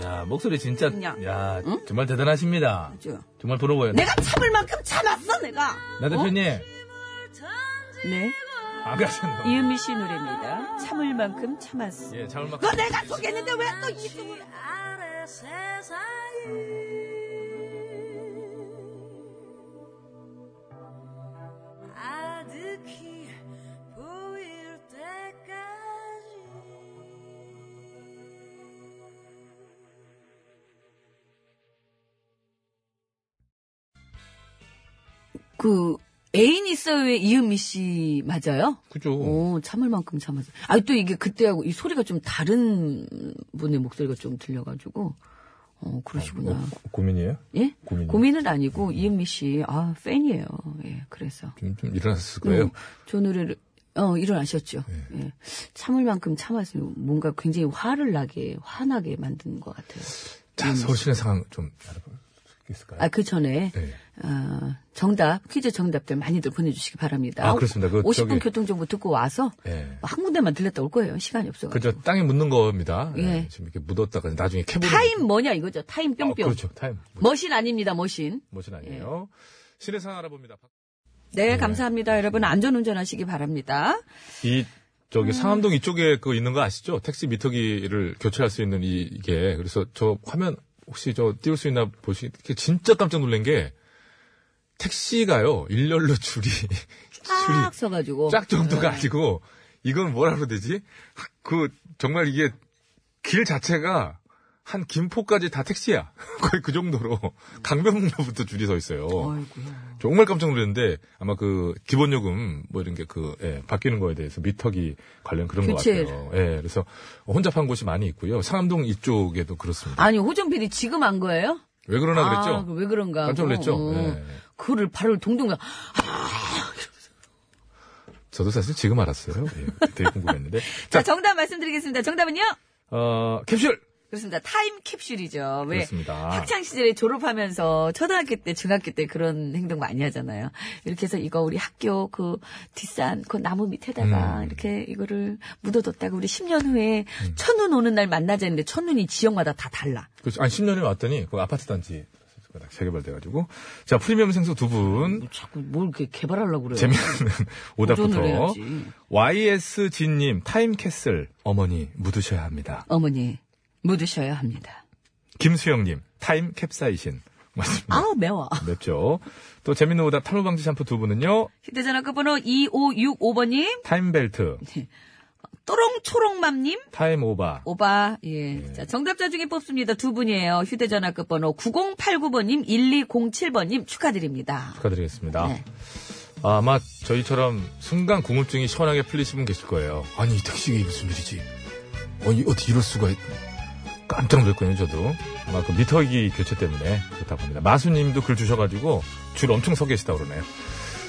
Speaker 1: 야, 목소리 진짜,
Speaker 2: 그냥.
Speaker 1: 야, 정말 대단하십니다.
Speaker 2: 아주.
Speaker 1: 정말 부러워요.
Speaker 2: 내가 참을 만큼 참았어 내가.
Speaker 1: 나 대표님,
Speaker 2: 네.
Speaker 1: 안 가셨나?
Speaker 2: 이은미 씨 노래입니다. 참을 만큼 참았어.
Speaker 1: 예, 잠을 막.
Speaker 2: 너 내가 속였는데 왜 또 이승을
Speaker 8: 아래 세상이 아득히 보일 때까지
Speaker 2: 그 애인 있어요의 이은미 씨 맞아요?
Speaker 1: 그죠.
Speaker 2: 오, 참을 만큼 참았어요. 아, 또 이게 그때하고 이 소리가 좀 다른 분의 목소리가 좀 들려가지고. 어, 그러시구나.
Speaker 1: 고민이에요?
Speaker 2: 예?
Speaker 1: 고민이요?
Speaker 2: 고민은 아니고, 이은미 씨, 아, 팬이에요. 예, 그래서.
Speaker 1: 좀, 좀 일어났을 거예요. 네.
Speaker 2: 음, 저 노래를, 어, 일어나셨죠. 예. 참을 만큼 참았으면 뭔가 굉장히 화를 나게, 화나게 만든 것 같아요.
Speaker 1: 자, 서울시내 상황 좀 알아볼 수 있을까요?
Speaker 2: 음. 아, 그 전에,
Speaker 1: 네.
Speaker 2: 어, 정답, 퀴즈 정답들 많이들 보내주시기 바랍니다.
Speaker 1: 아, 그렇습니다. 그
Speaker 2: 50분
Speaker 1: 저기-
Speaker 2: 교통정보 듣고 와서,
Speaker 1: 예.
Speaker 2: 한 군데만 들렸다 올 거예요. 시간이 없어가지고.
Speaker 1: 그저 땅에 묻는 겁니다. 예,
Speaker 2: 예.
Speaker 1: 지금 이렇게 묻었다가 나중에 캐보는.
Speaker 2: 타임 뭐냐 이거죠. 타임
Speaker 1: 아,
Speaker 2: 뿅뿅. 예.
Speaker 1: 그렇죠. 타임.
Speaker 2: 머신 아닙니다. 머신.
Speaker 1: 뭐진 아니에요. 시내 상황 알아봅니다.
Speaker 2: 네, 감사합니다. 여러분 안전 운전하시기 바랍니다.
Speaker 1: 이 저기
Speaker 2: 음.
Speaker 1: 상암동 이쪽에 그 있는 거 아시죠? 택시 미터기를 교체할 수 있는 이, 이게 그래서 저 화면 혹시 저 띄울 수 있나 보시. 이게 진짜 깜짝 놀란 게 택시가요 일렬로 줄이
Speaker 2: 쫙 서가지고. 네.
Speaker 1: 쫙 정도가 아니고 이건 뭐라 그러야 되지? 그 정말 이게 길 자체가 한 김포까지 다 택시야. 거의 그 정도로 강변북로부터 줄이 서 있어요.
Speaker 2: 아이고야.
Speaker 1: 정말 깜짝 놀랐는데 아마 그 기본 요금 뭐 이런 게 그 바뀌는 거에 대해서 미터기 관련 그런 것
Speaker 2: 교체.
Speaker 1: 같아요. 예, 그래서 혼잡한 곳이 많이 있고요. 상암동 이쪽에도 그렇습니다.
Speaker 2: 아니 호정 PD 지금 안 거예요?
Speaker 1: 왜 그러나
Speaker 2: 아,
Speaker 1: 그랬죠?
Speaker 2: 왜 그런가?
Speaker 1: 깜짝 놀랐죠?
Speaker 2: 어, 어.
Speaker 1: 예.
Speaker 2: 그거를 발을 동동.
Speaker 1: 저도 사실 지금 알았어요. 예, 되게 궁금했는데.
Speaker 2: 자
Speaker 1: 자,
Speaker 2: 정답 말씀드리겠습니다. 정답은요?
Speaker 1: 어, 캡슐
Speaker 2: 그렇습니다. 타임 캡슐이죠. 왜?
Speaker 1: 그렇습니다.
Speaker 2: 학창 시절에 졸업하면서 초등학교 때, 중학교 때 그런 행동 많이 하잖아요. 이렇게 해서 이거 우리 학교 그 뒷산 그 나무 밑에다가
Speaker 1: 음.
Speaker 2: 이렇게 이거를 묻어뒀다가 우리 10년 후에 첫눈 오는 날 만나자 했는데 첫눈이 지역마다 다 달라.
Speaker 1: 그렇 아니, 10년이 왔더니, 그 아파트 단지 딱 재개발돼가지고. 자, 프리미엄 생수 두 분.
Speaker 2: 자꾸 뭘 이렇게 개발하려고 그래요.
Speaker 1: 재미있는
Speaker 2: 도전을
Speaker 1: 오답부터.
Speaker 2: 해야지.
Speaker 1: YSG님, 타임캐슬. 어머니, 묻으셔야 합니다.
Speaker 2: 어머니, 묻으셔야 합니다.
Speaker 1: 김수영님, 타임 캡사이신. 맞습니다.
Speaker 2: 아우, 매워.
Speaker 1: 맵죠. 또 재밌는 오답, 탈모방지 샴푸 두 분은요.
Speaker 2: 휴대전화 끝번호 2565번님,
Speaker 1: 타임벨트,
Speaker 2: 또롱초롱맘님,
Speaker 1: 타임오바.
Speaker 2: 오바, 예. 자, 정답자 중에 뽑습니다. 두 분이에요. 휴대전화 끝번호 9089번님, 1207번님 축하드립니다.
Speaker 1: 축하드리겠습니다.
Speaker 2: 네.
Speaker 1: 아마 저희처럼 순간 궁금증이 시원하게 풀리신 분 계실 거예요. 아니, 이 택시가 이게 무슨 일이지? 아니, 어떻게 이럴 수가. 있... 깜짝 놀랐거든요, 저도. 아마 그 미터기 교체 때문에 그렇다고 합니다. 마수님도 글 주셔가지고 줄 엄청 서 계시다 그러네요.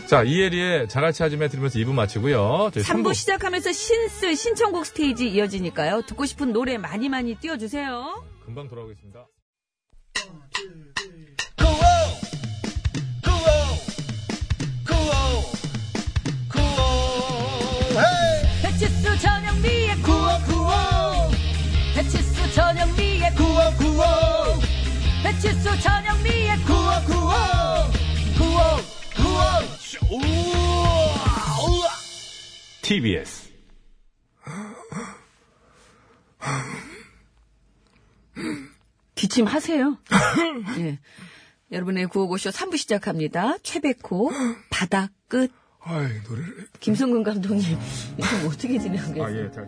Speaker 1: 자, 이혜리의 자갈치 아줌에 들으면서 2부 마치고요. 저희
Speaker 2: 3부 시작하면서 신스 신청곡 스테이지 이어지니까요. 듣고 싶은 노래 많이 많이 띄워주세요.
Speaker 1: 금방 돌아오겠습니다.
Speaker 2: 배치수 전영미의 구- 배치수 전영미의 구- 배치수 전영미의 구-
Speaker 1: TBS.
Speaker 2: 기침하세요. 예. 여러분의 구호고쇼 3부 시작합니다. 최백호 바다 끝.
Speaker 1: 아이, 노래를.
Speaker 2: 김성근 감독님 이거 뭐 어떻게 진행하겠어요?
Speaker 1: 아, 예, 잘.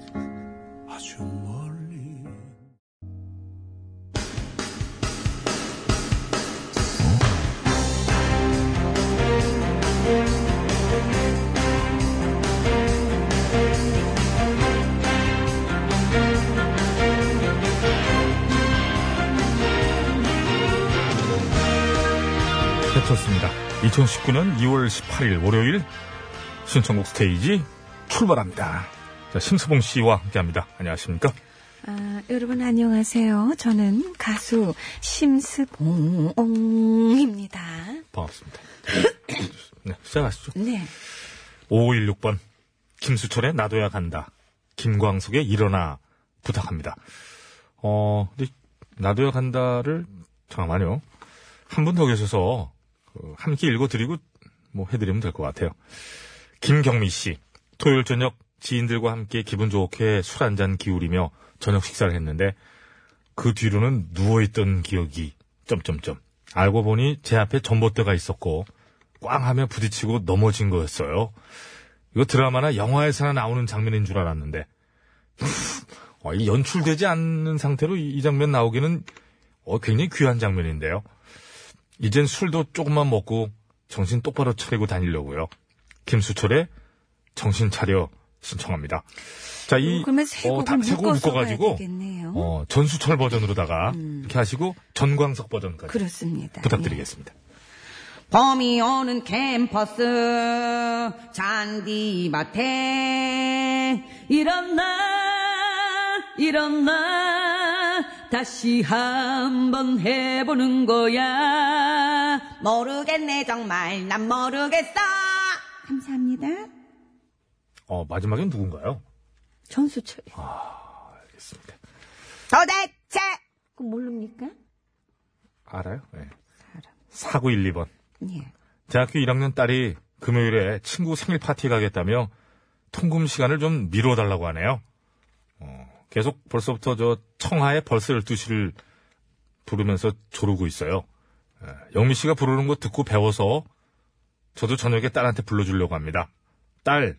Speaker 1: 배쳤습니다. 2019년 2월 18일 월요일 신청곡 스테이지 출발합니다. 자, 심수봉 씨와 함께합니다. 안녕하십니까?
Speaker 2: 아, 여러분 안녕하세요. 저는 가수 심스봉옹입니다.
Speaker 1: 반갑습니다. 네, 시작하시죠.
Speaker 2: 네.
Speaker 1: 5516번 김수철의 나도야 간다. 김광숙의 일어나 부탁합니다. 어, 근데 나도야 간다를 잠깐만요. 한 분 더 계셔서 그 함께 읽어드리고 뭐 해드리면 될 것 같아요. 김경미 씨 토요일 저녁 지인들과 함께 기분 좋게 술 한 잔 기울이며 저녁 식사를 했는데 그 뒤로는 누워있던 기억이 점점점 알고 보니 제 앞에 전봇대가 있었고 꽝 하며 부딪히고 넘어진 거였어요. 이거 드라마나 영화에서나 나오는 장면인 줄 알았는데 어, 이 연출되지 않는 상태로 이, 이 장면 나오기는 어, 굉장히 귀한 장면인데요. 이젠 술도 조금만 먹고 정신 똑바로 차리고 다니려고요. 김수철의 정신 차려 신청합니다. 자, 이,
Speaker 2: 그러면 세
Speaker 1: 어,
Speaker 2: 곡을
Speaker 1: 다- 세 곡을
Speaker 2: 묶어서 가야
Speaker 1: 묶어가지고,
Speaker 2: 되겠네요.
Speaker 1: 어, 전수철 버전으로다가 이렇게 하시고, 전광석 버전까지
Speaker 2: 그렇죠. 그렇습니다.
Speaker 1: 부탁드리겠습니다.
Speaker 2: 봄이 오는 캠퍼스 잔디밭에 일어나 일어나 다시 한번 해보는 거야 모르겠네 정말 난 모르겠어 감사합니다
Speaker 1: 어, 마지막엔 누군가요?
Speaker 2: 전수철
Speaker 1: 알겠습니다.
Speaker 2: 도대체 그 모릅니까?
Speaker 1: 알아요? 네. 4912번.
Speaker 2: 예.
Speaker 1: 대학교 1학년 딸이 금요일에 친구 생일 파티 가겠다며 통금 시간을 좀 미뤄달라고 하네요. 어, 계속 벌써부터 저 청하의 벌써 12시를 부르면서 조르고 있어요. 예, 영미 씨가 부르는 거 듣고 배워서 저도 저녁에 딸한테 불러주려고 합니다. 딸,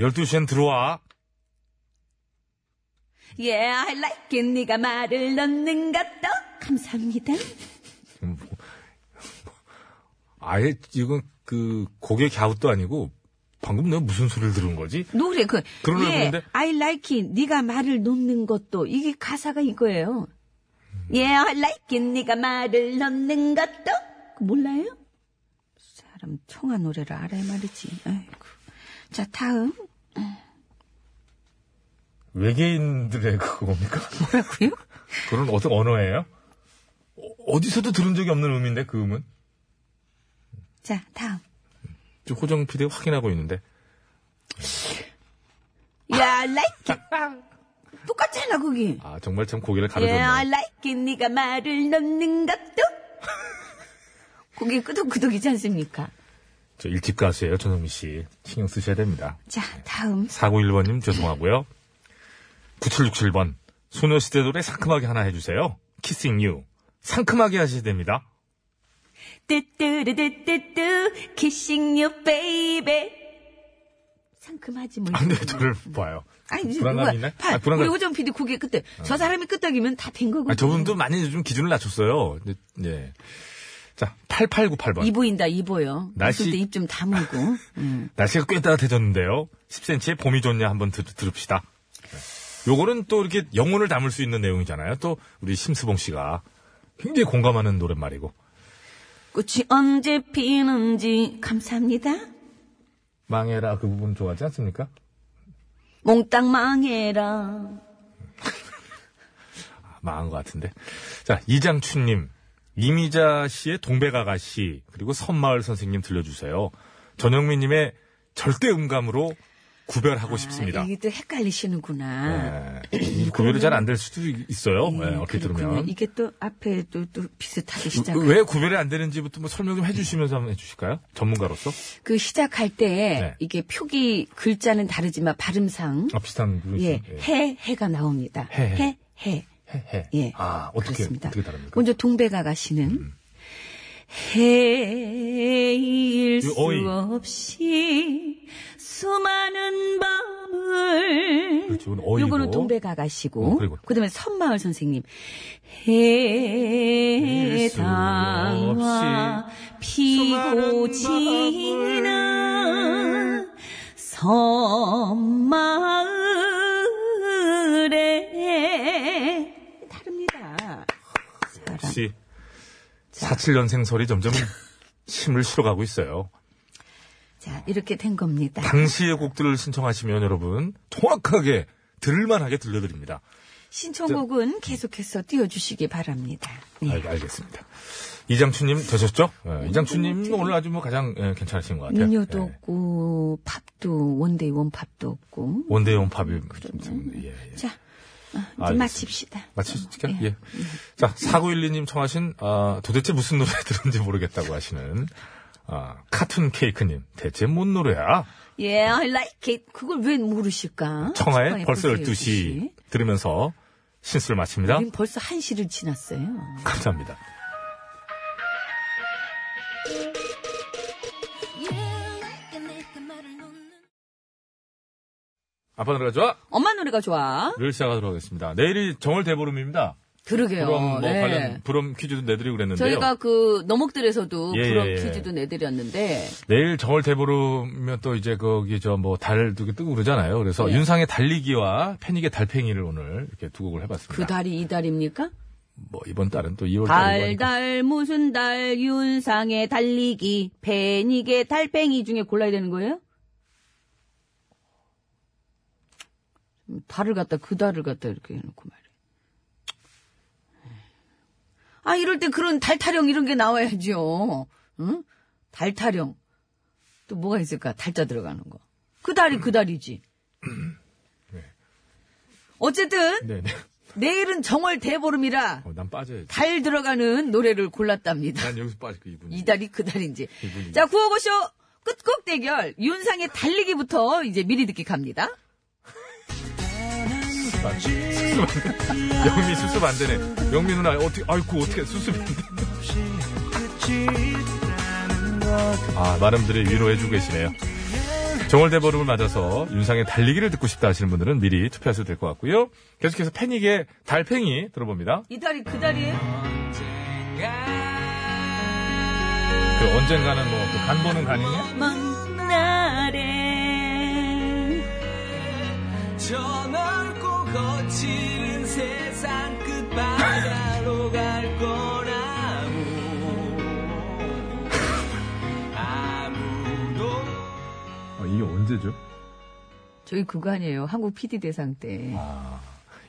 Speaker 1: 12시엔 들어와.
Speaker 2: Yeah, I like it. 네가 말을 넣는 것도 감사합니다.
Speaker 1: 지금 뭐- 아예 이건 그 고개 갸웃도 아니고 방금 내가 무슨 소리를 들은 거지?
Speaker 2: 노래 그
Speaker 1: 그런
Speaker 2: 예,
Speaker 1: 노래인데?
Speaker 2: I like it. 네가 말을 놓는 것도 이게 가사가 이거예요. Yeah, I like it. 네가 말을 넣는 것도 그 몰라요? 사람 청아 노래를 알아야 말이지. 아이고. 자 다음
Speaker 1: 외계인들의 그겁니까?
Speaker 2: 뭐라고요?
Speaker 1: 그런 어떤 언어예요? 어- 어디서도 들은 적이 없는 음인데 그 음은
Speaker 2: 자 다음.
Speaker 1: 지금 호정 PD 가 확인하고 있는데
Speaker 2: Yeah, 예, I like it. 똑같잖아 거기.
Speaker 1: 아 정말 참 고개를 가려줬네.
Speaker 2: Yeah, I like it. 네가 말을 넣는 것도 거기 끄덕끄덕이지 않습니까?
Speaker 1: 저 일찍 가수예요 전성미 씨 신경 쓰셔야 됩니다.
Speaker 2: 자 다음.
Speaker 1: 4911번님 죄송하고요. 9767번 소녀시대 노래 상큼하게 하나 해주세요. Kissing You 상큼하게 하셔야 됩니다.
Speaker 2: 뚜뚜루뚜뚜뚜 키싱 유 베이베 상큼하지 뭐
Speaker 1: 안돼 아, 네, 저를 봐요.
Speaker 2: 아니 이제
Speaker 1: 불안감
Speaker 2: 누가
Speaker 1: 있나요?
Speaker 2: 파-
Speaker 1: 아, 불안감-
Speaker 2: 우리 오정 PD 그게 그때 저 사람이 끄떡이면 다 된 거고
Speaker 1: 아, 저분도 많이 요즘 기준을 낮췄어요. 근데, 예. 자 8898번
Speaker 2: 이 보인다 이 보여
Speaker 1: 날씨-
Speaker 2: 날씨 때입좀 다물고 음.
Speaker 1: 날씨가 꽤 따뜻해졌는데요. 10cm의 봄이 좋냐 한번 들, 들읍시다. 네. 요거는 또 이렇게 영혼을 담을 수 있는 내용이잖아요. 또 우리 심수봉 씨가 굉장히 공감하는 노랫말이고.
Speaker 2: 꽃이 언제 피는지 감사합니다
Speaker 1: 망해라 그 부분 좋아하지 않습니까?
Speaker 2: 몽땅 망해라
Speaker 1: 아, 망한 것 같은데. 자, 이장춘님, 이미자 씨의 동백아가씨, 그리고 선마을 선생님 들려주세요. 전영미님의 절대 음감으로 구별하고 싶습니다.
Speaker 2: 아, 이게 또 헷갈리시는구나
Speaker 1: 예. 이 구별이 잘 안 될 수도 있어요.
Speaker 2: 예,
Speaker 1: 예, 이렇게
Speaker 2: 그렇군요.
Speaker 1: 들으면.
Speaker 2: 이게 또 앞에 또, 또 비슷하게 시작
Speaker 1: 왜 구별이 안 되는지부터 뭐 설명 좀 해주시면서 한번 해주실까요? 전문가로서?
Speaker 2: 그 시작할 때
Speaker 1: 네.
Speaker 2: 이게 표기 글자는 다르지만 발음상
Speaker 1: 아, 비슷한 분이
Speaker 2: 예,
Speaker 1: 있어요.
Speaker 2: 해, 해가 나옵니다.
Speaker 1: 해, 해.
Speaker 2: 해, 해.
Speaker 1: 해, 해.
Speaker 2: 예.
Speaker 1: 아, 어떻게,
Speaker 2: 그렇습니다.
Speaker 1: 어떻게 다릅니까? 음.
Speaker 2: 먼저 동백아가씨는 해일 수
Speaker 1: 이 어이.
Speaker 2: 없이 수많은 밤을
Speaker 1: 그렇죠. 이건 어이고.
Speaker 2: 요거는 동백아가씨고
Speaker 1: 어, 그리고.
Speaker 2: 그다음에 선마을 선생님
Speaker 1: 수
Speaker 2: 해당화 피고
Speaker 1: 수많은
Speaker 2: 지나 섬마을에 다릅니다.
Speaker 1: 역시, 47년생 소리 점점 힘을 실어가고 있어요.
Speaker 2: 자 이렇게 된 겁니다.
Speaker 1: 당시의 곡들을 신청하시면 여러분, 정확하게, 들을만하게 들려드립니다.
Speaker 2: 신청곡은 계속해서 띄워주시기 바랍니다. 네.
Speaker 1: 알, 알겠습니다. 이장춘님 되셨죠? 예, 이장춘님 오늘 아주 뭐 가장 예, 괜찮으신 것 같아요.
Speaker 2: 민요도
Speaker 1: 예.
Speaker 2: 없고 팝도 원데이 원팝도 없고
Speaker 1: 원대용 팝이.
Speaker 2: 그렇죠.
Speaker 1: 예, 예.
Speaker 2: 자 어,
Speaker 1: 알겠습니다.
Speaker 2: 이제 마칩시다.
Speaker 1: 맞추실까요? 예. 자, 4912님 청하신, 아, 도대체 무슨 노래 들은지 모르겠다고 하시는, 아, 카툰 케이크님, 대체 뭔 노래야?
Speaker 2: 예, I like it. 그걸 왜 모르실까?
Speaker 1: 청하에 벌써 12시 들으면서 신스를 마칩니다.
Speaker 2: 우린 벌써 1시를 지났어요.
Speaker 1: 감사합니다. 아빠 노래가 좋아?
Speaker 2: 엄마 노래가 좋아.
Speaker 1: 를 시작하도록 하겠습니다. 내일이 정월 대보름입니다.
Speaker 2: 그러게요.
Speaker 1: 부럼 뭐
Speaker 2: 네.
Speaker 1: 관련 부럼 퀴즈도 내드리고 그랬는데요.
Speaker 2: 저희가 그 너목들에서도
Speaker 1: 예,
Speaker 2: 그런
Speaker 1: 예, 예.
Speaker 2: 퀴즈도 내드렸는데
Speaker 1: 내일 정월 대보름면 또 이제 거기 저 뭐 달 두개 뜨고 그러잖아요. 그래서 윤상의 달리기와 패닉의 달팽이를 오늘 이렇게 두 곡을 해봤습니다.
Speaker 2: 그 달이 이 달입니까?
Speaker 1: 뭐 이번 달은 또 2월 달이고 하니까.
Speaker 2: 달달 무슨 달 윤상의 달리기 패닉의 달팽이 중에 골라야 되는 거예요? 음, 달을 갖다 그 달을 갖다 이렇게 해놓고 말이야. 아 이럴 때 그런 달 타령 이런 게 나와야죠. 응? 달 타령 또 뭐가 있을까? 달자 들어가는 거. 그 달이 그 달이지.
Speaker 1: 음. 네.
Speaker 2: 어쨌든
Speaker 1: 네네.
Speaker 2: 내일은 정월 대보름이라
Speaker 1: 어, 난 빠져야지.
Speaker 2: 달 들어가는 노래를 골랐답니다.
Speaker 1: 난 여기서 빠질 거 이분이.
Speaker 2: 이달이 그달인지. 자, 구호고쇼 끝곡 대결. 윤상의 달리기부터 이제 미리 듣기 갑니다.
Speaker 1: 영미 수습 안 되네. 영미 누나 어떻게 아이고 어떻게 수습이 안 돼. 아 많은들이 위로해주고 계시네요. 정월대보름을 맞아서 윤상의 달리기를 듣고 싶다 하시는 분들은 미리 투표하셔도 될 것 같고요. 계속해서 패닉의 달팽이 들어봅니다.
Speaker 2: 이달이 그달이에요?
Speaker 1: 그 언젠가는 뭐그 간보는 가능해?
Speaker 2: 먼 날에
Speaker 3: 저 넓고 거칠은 세상 끝바다로 갈 거라고 아무도
Speaker 1: 이게 언제죠?
Speaker 2: 저희 그거 아니에요. 한국 PD 대상 때.
Speaker 1: 아.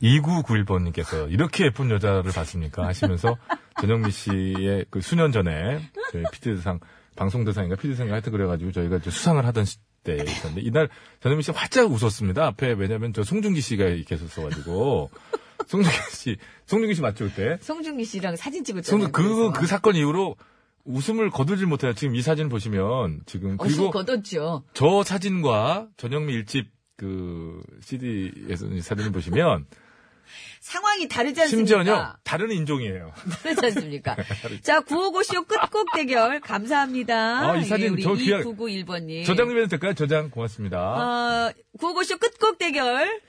Speaker 1: 2991번님께서 이렇게 예쁜 여자를 봤습니까? 하시면서 전영미 씨의 그 수년 전에 저희 피드상 방송대상인가 피드상인가 하여튼 그래가지고 저희가 이제 수상을 하던 시- 때 있었는데 이날 전영미 씨가 활짝 웃었습니다. 앞에 왜냐면 저 송중기 씨가 이렇게 있었어가지고 송중기 씨, 송중기 씨 맞죠 그때?
Speaker 2: 송중기 씨랑 사진 찍었잖아요.
Speaker 1: 송중 그,
Speaker 2: 네, 그래서.
Speaker 1: 그 사건 이후로 웃음을 거두질 못해요. 지금 이 사진 보시면 지금
Speaker 2: 어심
Speaker 1: 그리고
Speaker 2: 걷었죠.
Speaker 1: 저 사진과 전영미 일집 그 CD에서 사진을 보시면
Speaker 2: 상황이 다르지 않습니까?
Speaker 1: 심지어요 다른 인종이에요.
Speaker 2: 그렇지 않습니까? 자, 구호고쇼 끝곡 대결 감사합니다.
Speaker 1: 아, 이 사진
Speaker 2: 예, 우리
Speaker 1: 저 귀하-
Speaker 2: 2991번님.
Speaker 1: 저장님 해도 될까요? 저장 고맙습니다.
Speaker 2: 예. 어, 구호고쇼 끝곡 대결.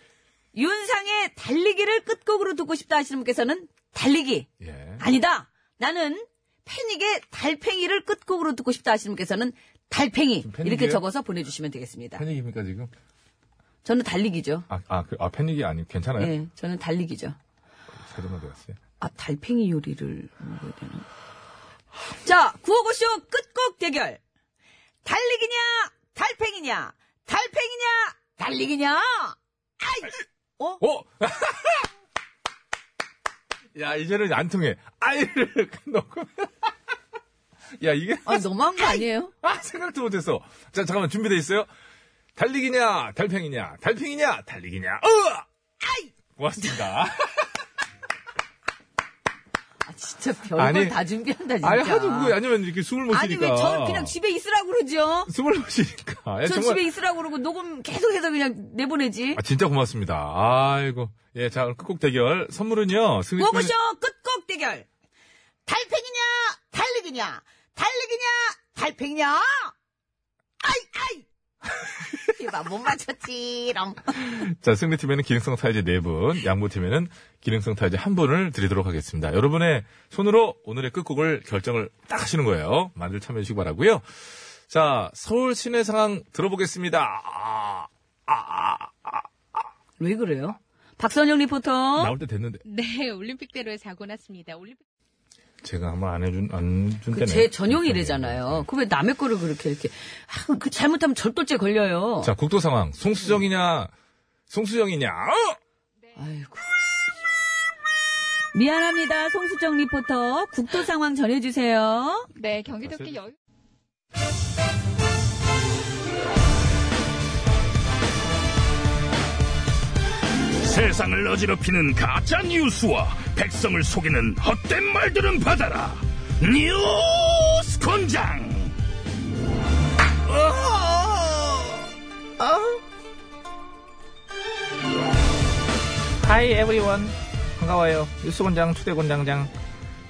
Speaker 2: 윤상의 달리기를 끝곡으로 듣고 싶다 하시는 분께서는 달리기.
Speaker 1: 예.
Speaker 2: 아니다. 나는 패닉의 달팽이를 끝곡으로 듣고 싶다 하시는 분께서는 달팽이.
Speaker 1: 지금 패닉이에요?
Speaker 2: 이렇게 적어서 보내주시면 되겠습니다.
Speaker 1: 팬얘기입니까 지금?
Speaker 2: 저는 달리기죠.
Speaker 1: 아, 아, 그, 아, 팬얘기 아니 괜찮아요?
Speaker 2: 예, 저는 달리기죠.
Speaker 1: 새로만 들었어요.
Speaker 2: 아, 달팽이 요리를 먹어야 되나? 자, 구호고쇼 끝곡 대결. 달리기냐, 달팽이냐, 달팽이냐, 달리기냐. 아이, 어?
Speaker 1: 어? 야 이제는 안 통해. 아이를 넣고. 야 이게
Speaker 2: 아, 너무한 거 아니에요?
Speaker 1: 아 생각도 못했어. 자 잠깐만 준비돼 있어요. 달리기냐 달팽이냐 달팽이냐 달리기냐. 으! 아이 고맙습니다.
Speaker 2: 아, 진짜
Speaker 1: 아니,
Speaker 2: 별걸 다 준비한다, 진짜.
Speaker 1: 아니 하도 그 아니면 이렇게 숨을 못
Speaker 2: 아니,
Speaker 1: 쉬니까.
Speaker 2: 왜 저는 그냥 집에 있으라고 그러죠?
Speaker 1: 숨을 못 쉬니까. 야,
Speaker 2: 전
Speaker 1: 네, 정말-
Speaker 2: 집에 있으라고 그러고 녹음 계속해서 그냥 내보내지.
Speaker 1: 아, 진짜 고맙습니다. 아이고. 예, 자, 오늘 끝곡 대결. 선물은요, 승리.
Speaker 2: 구호고쇼 끝곡 대결. 달팽이냐, 달리기냐, 달리기냐, 달팽이냐. 아이, 아이. 이봐, 못 맞췄지롱.
Speaker 1: 자, 승리팀에는 기능성 타이즈 4분, 양보팀에는 기능성 타이즈 1분을 드리도록 하겠습니다. 여러분의 손으로 오늘의 끝곡을 결정을 딱 하시는 거예요. 많이들 참여해주시기 바라고요 자, 서울 시내 상황 들어보겠습니다. 아,
Speaker 2: 왜 그래요? 박선영 리포터.
Speaker 1: 나올 때 됐는데.
Speaker 9: 네, 올림픽대로에 사고 났습니다. 올림픽
Speaker 1: 제가 아마 안 해준, 안준 때네.
Speaker 2: 그 제 전용이래잖아요. 그 왜 남의 거를 그렇게 이렇게 아, 그 잘못하면 절도죄 걸려요.
Speaker 1: 자, 국도 상황. 송수정이냐, 송수정이냐, 어!
Speaker 2: 아이고. 미안합니다. 송수정 리포터. 국토 상황 전해주세요.
Speaker 9: 네, 경기도께 여
Speaker 6: 세상을 어지럽히는 가짜 뉴스와 백성을 속이는 헛된 말들은 받아라. 뉴스 권장.
Speaker 10: 하이 에브리원 반가워요 뉴스곤장 투대곤장장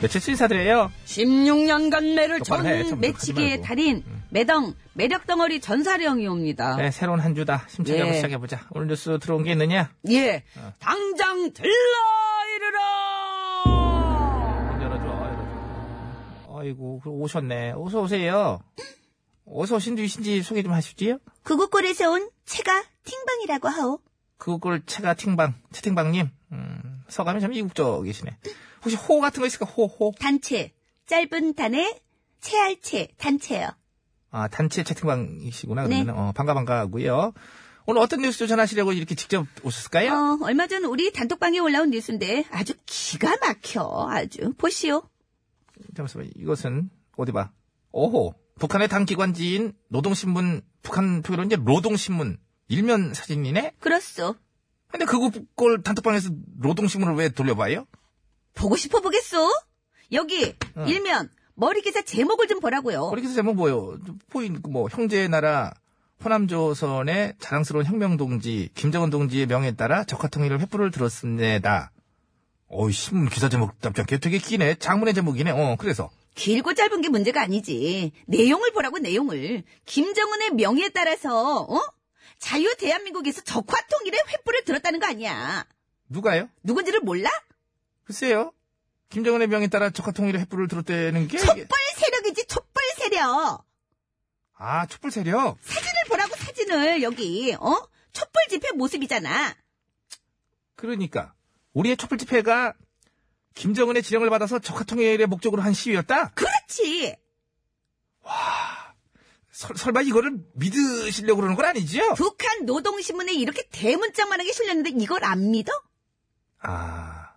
Speaker 10: 며칠 인사드려요
Speaker 2: 16년간 매를
Speaker 10: 똑바로 해, 참,
Speaker 2: 전 매치기의
Speaker 10: 하지 말고. 음.
Speaker 2: 달인 매덩 매력 덩어리 전사령이옵니다.
Speaker 10: 네, 새로운 한 주다 심차게
Speaker 2: 아. 예.
Speaker 10: 시작해보자 오늘 뉴스 네. 들어온 게 있느냐
Speaker 2: 예, 당장 들러 예, 이르라.
Speaker 10: 아이고, 그 오셨네. 어서 오세요. 어서 오신 분이신지 소개 좀 하십지요?
Speaker 2: 구구골에서 온 채가 팅방이라고 하오.
Speaker 10: 그걸 채가 팅방, 채팅방님. 음, 서감이 참 이국적이시네. 혹시 호 같은 거 있을까? 호, 호.
Speaker 2: 단체. 짧은 단에 채알채 단체요.
Speaker 10: 아, 단체 채팅방이시구나.
Speaker 2: 네.
Speaker 10: 그러면 어, 반가 반가고요. 오늘 어떤 뉴스 전하시려고 이렇게 직접 오셨을까요?
Speaker 2: 어, 얼마 전 우리 단톡방에 올라온 뉴스인데 아주 기가 막혀. 아주 보시오.
Speaker 10: 잠시만 이것은 어디 봐. 오호. 북한의 당 기관지인 노동신문 북한 표기로 이제 노동신문 일면 사진이네.
Speaker 2: 그렇소.
Speaker 10: 근데 그걸 단톡방에서 노동신문을 왜 돌려봐요?
Speaker 2: 보고 싶어 보겠소? 여기 일면 머리 기사 제목을 좀 보라고요.
Speaker 10: 그렇게 해서 제목 뭐요? 포인 뭐 형제의 나라 호남조선의 자랑스러운 혁명 동지 김정은 동지의 명에 따라 적화통일을 횃불을 들었습니다. 어이 신문 기사 제목 답장게 되게 기네. 장문의 제목이네. 어 그래서
Speaker 2: 길고 짧은 게 문제가 아니지. 내용을 보라고 내용을. 김정은의 명예에 따라서 어? 자유 대한민국에서 적화통일의 횃불을 들었다는 거 아니야.
Speaker 10: 누가요?
Speaker 2: 누군지를 몰라?
Speaker 10: 글쎄요. 김정은의 명에 따라 적화통일의 횃불을 들었다는 게 이게-
Speaker 2: 촛불 세력이지 촛불 세력.
Speaker 10: 아 촛불 세력.
Speaker 2: 사진을 보라고 사진을 여기 어? 촛불 집회 모습이잖아.
Speaker 10: 그러니까 우리의 촛불 집회가 김정은의 지령을 받아서 적화통일의 목적으로 한 시위였다?
Speaker 2: 그렇지.
Speaker 10: 설, 설마 이거를 믿으시려고 그러는 건 아니지요?
Speaker 2: 북한 노동신문에 이렇게 대문짝만하게 실렸는데 이걸 안 믿어?
Speaker 10: 아,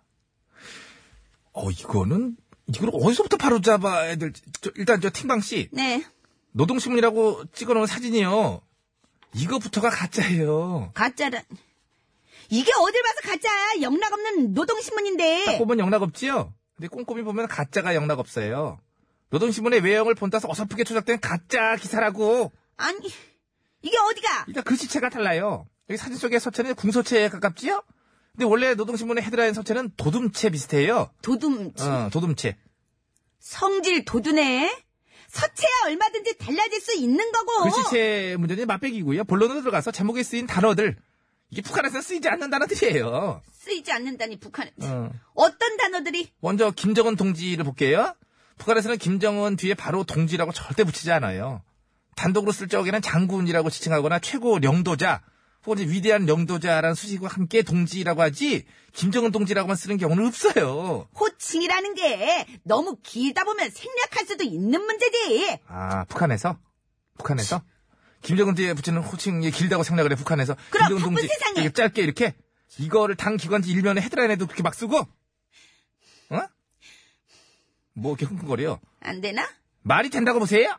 Speaker 10: 어 이거는 이걸 어디서부터 바로 잡아야 될지 저, 일단 저 팅방 씨
Speaker 2: 네.
Speaker 10: 노동신문이라고 찍어놓은 사진이요. 이거부터가 가짜예요.
Speaker 2: 가짜라. 이게 어딜 봐서 가짜야. 영락 없는
Speaker 10: 딱
Speaker 2: 노동신문인데.
Speaker 10: 보면 영락 없지요. 근데 꼼꼼히 보면 가짜가 영락 없어요. 노동신문의 외형을 본따서 어설프게 조작된 가짜 기사라고.
Speaker 2: 아니, 이게 어디가?
Speaker 10: 일단 글씨체가 그러니까 그 달라요. 여기 사진 속의 서체는 궁서체에 가깝지요? 근데 원래 노동신문의 헤드라인 서체는 도둠체 비슷해요.
Speaker 2: 도둠,
Speaker 10: 어, 도둠체.
Speaker 2: 성질 도두네. 서체야 얼마든지 달라질 수 있는 거고.
Speaker 10: 글씨체 그 문제는 맛배기고요. 본론으로 들어가서 제목에 쓰인 단어들. 이게 북한에서 쓰이지 않는 단어들이에요.
Speaker 2: 쓰이지 않는다니, 북한에.
Speaker 10: 어.
Speaker 2: 어떤 단어들이?
Speaker 10: 먼저 김정은 동지를 볼게요. 북한에서는 김정은 뒤에 바로 동지라고 절대 붙이지 않아요. 단독으로 쓸 적에는 장군이라고 지칭하거나 최고 영도자 혹은 이제 위대한 영도자라는 수식과 함께 동지라고 하지 김정은 동지라고만 쓰는 경우는 없어요.
Speaker 2: 호칭이라는 게 너무 길다 보면 생략할 수도 있는 문제지.
Speaker 10: 아, 북한에서? 북한에서? 김정은 뒤에 붙이는 호칭이 길다고 생각을 해, 북한에서.
Speaker 2: 그럼
Speaker 10: 김정은
Speaker 2: 바쁜
Speaker 10: 동지
Speaker 2: 세상에.
Speaker 10: 되게 짧게 이렇게? 이거를 당 기관지 일면에 헤드라인에도 그렇게 막 쓰고? 어? 뭐 이렇게 흥분거려요?
Speaker 2: 안 되나?
Speaker 10: 말이 된다고 보세요?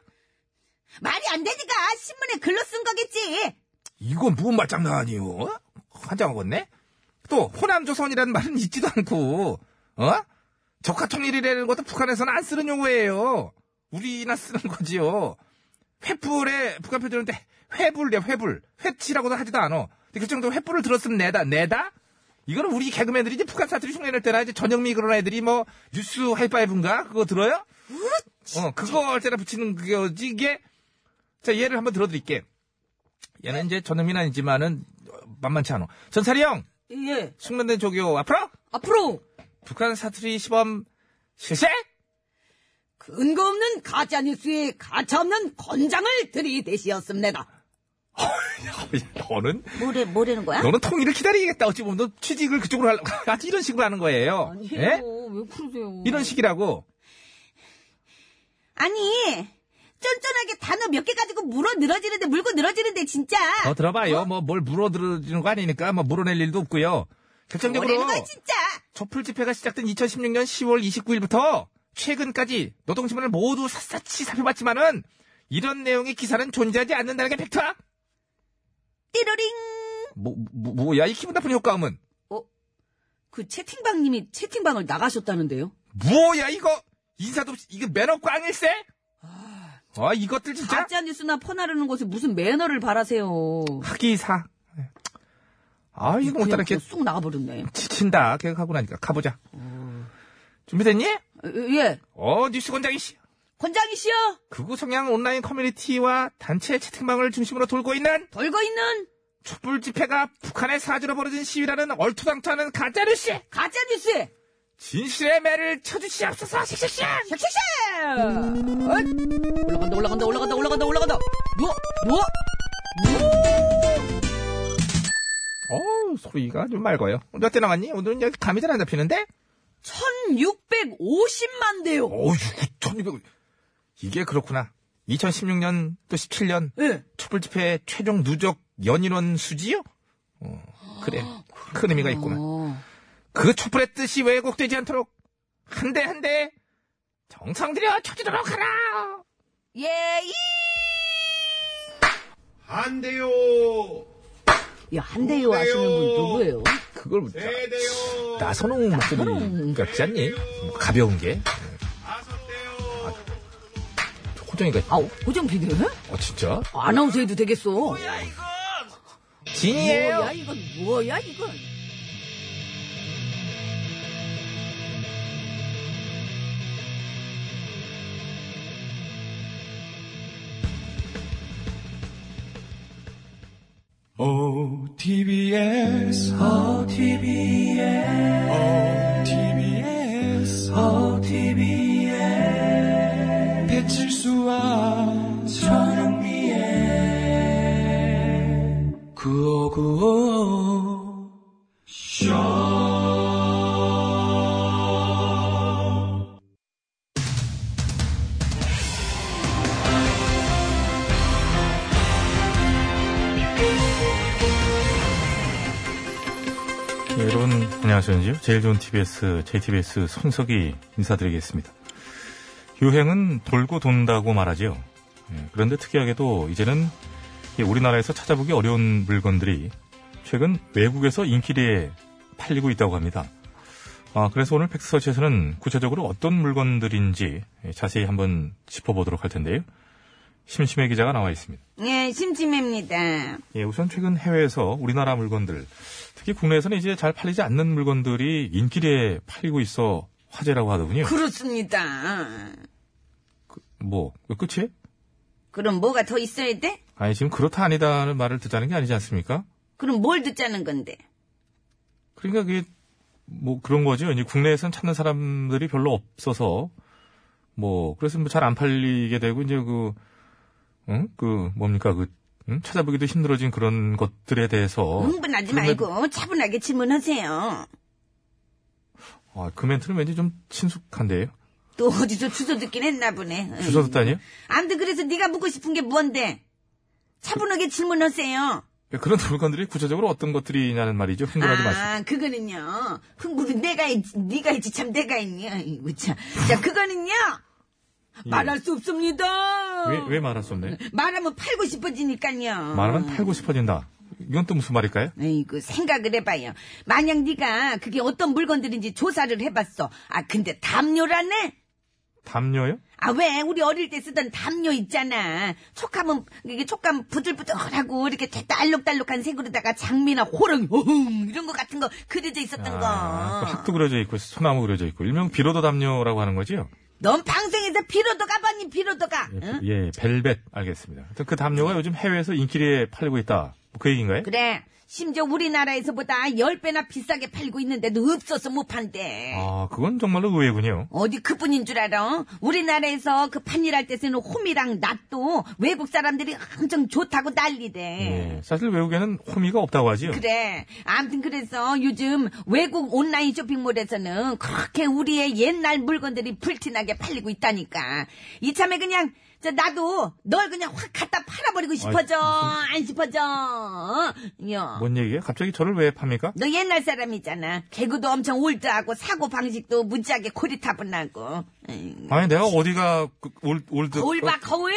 Speaker 2: 말이 안 되니까 신문에 글로 쓴 거겠지.
Speaker 10: 이건 무슨 말장난 아니요? 어? 환장하겠네? 또, 호남조선이라는 말은 있지도 않고, 어? 적화통일이라는 것도 북한에서는 안 쓰는 용어예요. 우리나 쓰는 거지요. 횃불에, 북한 표준인데, 횃불이야, 횃불. 횟치라고도 하지도 않아. 근데 그 정도 횃불을 들었으면 내다, 내다? 이거는 우리 개그맨들이 이제 북한 사투리 흉내낼 때나 이제 전영미 그런 애들이 뭐, 뉴스 하이파이브인가? 그거 들어요? 어, 그거 할 때나 붙이는 거지, 이게. 자, 예를 한번 들어드릴게. 얘는 이제 전염이 아니지만은 만만치 않아. 전사리 형,
Speaker 1: 예.
Speaker 10: 숙련된 조교 앞으로
Speaker 1: 앞으로
Speaker 10: 북한 사투리 시범 실세.
Speaker 1: 근거 그 없는 가짜 뉴스에 가차 없는 권장을 들이대시었습니다.
Speaker 10: 아, 너는
Speaker 2: 뭐래, 뭐라는 거야?
Speaker 10: 너는 통일을 기다리겠다. 어찌 보면 너 취직을 그쪽으로 하려고 아주 이런 식으로 하는 거예요. 예?
Speaker 1: 왜 그러세요?
Speaker 10: 이런 식이라고.
Speaker 2: 아니, 쫀쫀하게 단어 몇 개 가지고 물어 늘어지는데, 물고 늘어지는데, 진짜.
Speaker 10: 더 들어봐요. 뭐 뭘 물어들어지는 거 아니니까 뭐 물어낼 일도 없고요. 결정적으로
Speaker 2: 뭐라는 거야, 진짜.
Speaker 10: 촛불 집회가 시작된 2016년 10월 29일부터 최근까지 노동신문을 모두 샅샅이 살펴봤지만은 이런 내용의 기사는 존재하지 않는다는 게 팩트야.
Speaker 2: 띠로링.
Speaker 10: 뭐, 뭐, 뭐야, 이 기분 나쁜 효과음은.
Speaker 1: 그 채팅방님이 채팅방을 나가셨다는데요.
Speaker 10: 뭐야, 이거! 인사도 없이, 이거 매너 꽝일세? 아, 이것들 진짜.
Speaker 1: 가짜 뉴스나 퍼나르는 곳에 무슨 매너를 바라세요.
Speaker 10: 하기사. 아, 이거 못따라 이렇게
Speaker 1: 그냥 쑥 나가버렸네. 어,
Speaker 10: 지친다. 계속 하고 나니까. 가보자. 음. 준비됐니?
Speaker 1: 예.
Speaker 10: 어, 뉴스 권장이 씨.
Speaker 1: 권장이시여
Speaker 10: 극우 성향 온라인 커뮤니티와 단체 채팅방을 중심으로 돌고 있는
Speaker 1: 돌고 있는
Speaker 10: 촛불 집회가 북한의 사주로 벌어진 시위라는 얼토당토 않은 가짜뉴스!
Speaker 1: 가짜 뉴스에 진실의 매를 쳐주시옵소서. 씩씩씩.
Speaker 10: 음.
Speaker 6: 샥샥샥! 어이! 올라간다, 올라간다, 올라간다, 올라간다, 올라간다! 누워, 누워!
Speaker 10: 어 소리가 좀 맑아요. 오늘 몇대 나갔니? 오늘은 여기 감이 잘 안 잡히는데?
Speaker 6: 1650만 대요!
Speaker 10: 어휴, 9,200. 이게 그렇구나. 2016년 또 17년
Speaker 6: 예.
Speaker 10: 촛불 집회 최종 누적 연인원 수지요? 어, 그래. 큰 의미가 있구만.
Speaker 6: 어.
Speaker 10: 그 촛불의 뜻이 왜곡되지 않도록 한 대 한 대 정성들여 쳐주도록 하라.
Speaker 2: 예이
Speaker 11: 한대요
Speaker 6: 야, 한대요 하시는 분 누구예요?
Speaker 10: 그걸
Speaker 11: 네,
Speaker 10: 묻자.
Speaker 11: 세대요
Speaker 10: 네. 나선홍 목소리 같지 않니? 뭐 가벼운 게.
Speaker 11: 네, 다섯대요
Speaker 10: 호정이가
Speaker 6: 아, 고정 비디오?
Speaker 1: 아,
Speaker 10: 어 진짜?
Speaker 6: 아나운서 해도 되겠어.
Speaker 10: 진이에요.
Speaker 6: 뭐야, 이건 뭐야, 이건.
Speaker 3: OTBS, OTBS, OTBS, OTBS, 배칠수와 전영미의 구호구호
Speaker 1: 네, 여러분 안녕하십니까? 제일 좋은 TBS, JTBS 손석희 인사드리겠습니다. 유행은 돌고 돈다고 말하지요. 예, 그런데 특이하게도 이제는 이 우리나라에서 찾아보기 어려운 물건들이 최근 외국에서 인기리에 팔리고 있다고 합니다. 아, 그래서 오늘 팩스서치에서는 구체적으로 어떤 물건들인지 예, 자세히 한번 짚어보도록 할 텐데요. 심심해 기자가 나와 있습니다.
Speaker 2: 예 심심합니다
Speaker 1: 예, 우선 최근 해외에서 우리나라 물건들, 특히 국내에서는 이제 잘 팔리지 않는 물건들이 인기리에 팔리고 있어 화제라고 하더군요.
Speaker 2: 그렇습니다
Speaker 1: 뭐, 왜 끝이?
Speaker 2: 그럼 뭐가 더 있어야 돼?
Speaker 1: 아니, 지금 그렇다 아니다는 말을 듣자는 게 아니지 않습니까?
Speaker 2: 그럼 뭘 듣자는 건데
Speaker 1: 그러니까 그게 뭐 그런 거죠. 이제 국내에선 찾는 사람들이 별로 없어서 뭐 그래서 뭐 잘 안 팔리게 되고 이제 그, 응? 그 뭡니까 그 응? 찾아보기도 힘들어진 그런 것들에 대해서
Speaker 2: 흥분하지
Speaker 1: 어, 그러면-
Speaker 2: 말고 차분하게 질문하세요
Speaker 1: 아, 그 멘트는 왠지 좀 친숙한데요.
Speaker 2: 또 어디서 주워 듣긴 했나 보네
Speaker 1: 주소 듣다니요?
Speaker 2: 안돼 그래서 네가 묻고 싶은 게 뭔데 차분하게 질문하세요
Speaker 1: 예, 그런 물건들이 구체적으로 어떤 것들이냐는 말이죠. 흥분하지 마시고.
Speaker 2: 아, 그거는요. 흥분은 내가 했지, 네가 했지, 참 내가 했냐. 이거 참. 자, 그거는요. 말할 수 없습니다.
Speaker 1: 예. 왜, 왜 말할 수 없네?
Speaker 2: 말하면 팔고 싶어지니까요.
Speaker 1: 말하면 팔고 싶어진다. 이건 또 무슨 말일까요?
Speaker 2: 아이고, 생각을 해봐요. 만약 네가 그게 어떤 물건들인지 조사를 해봤어. 아, 근데 담요라네?
Speaker 1: 담요요?
Speaker 2: 아, 왜? 우리 어릴 때 쓰던 담요 있잖아. 촉감은, 이게 촉감 부들부들하고 이렇게 알록달록한 색으로다가 장미나 호랑, 호흥, 이런 거 같은 거 그려져 있었던 거.
Speaker 1: 아, 그 학도 그려져 있고 소나무 그려져 있고 일명 비로도 담요라고 하는 거지요?
Speaker 2: 넌 방송에서 비로도 가봤니 비로도 가
Speaker 1: 예,
Speaker 2: 응?
Speaker 1: 예, 벨벳 알겠습니다. 하여튼 그 담요가 요즘 해외에서 인기리에 팔리고 있다. 뭐그 얘기인가요?
Speaker 2: 그래 심지어 우리나라에서보다 10배나 비싸게 팔고 있는데도 없어서 못 판대
Speaker 1: 아, 그건 정말로 의외군요.
Speaker 2: 어디 그뿐인 줄 알아 우리나라에서 그 판일할 때 쓰는 홈이랑 낫도 외국 사람들이 엄청 좋다고 난리대
Speaker 1: 예, 사실 외국에는 호미가 없다고 하지요.
Speaker 2: 그래 아무튼 그래서 요즘 외국 온라인 쇼핑몰에서는 그렇게 우리의 옛날 물건들이 불티나게 팔리고 있다니까 이참에 그냥 저 나도 널 그냥 확 갖다 팔아버리고 싶어져 안 싶어져 어? 야.
Speaker 1: 뭔 얘기예요? 갑자기 저를 왜 팝니까?
Speaker 2: 너 옛날 사람이잖아. 개그도 엄청 올드하고 사고 방식도 무지하게 고리타분하고. 에이,
Speaker 1: 아니, 내가 어디가 그 올, 올드 어?
Speaker 2: 거울 봐 거울.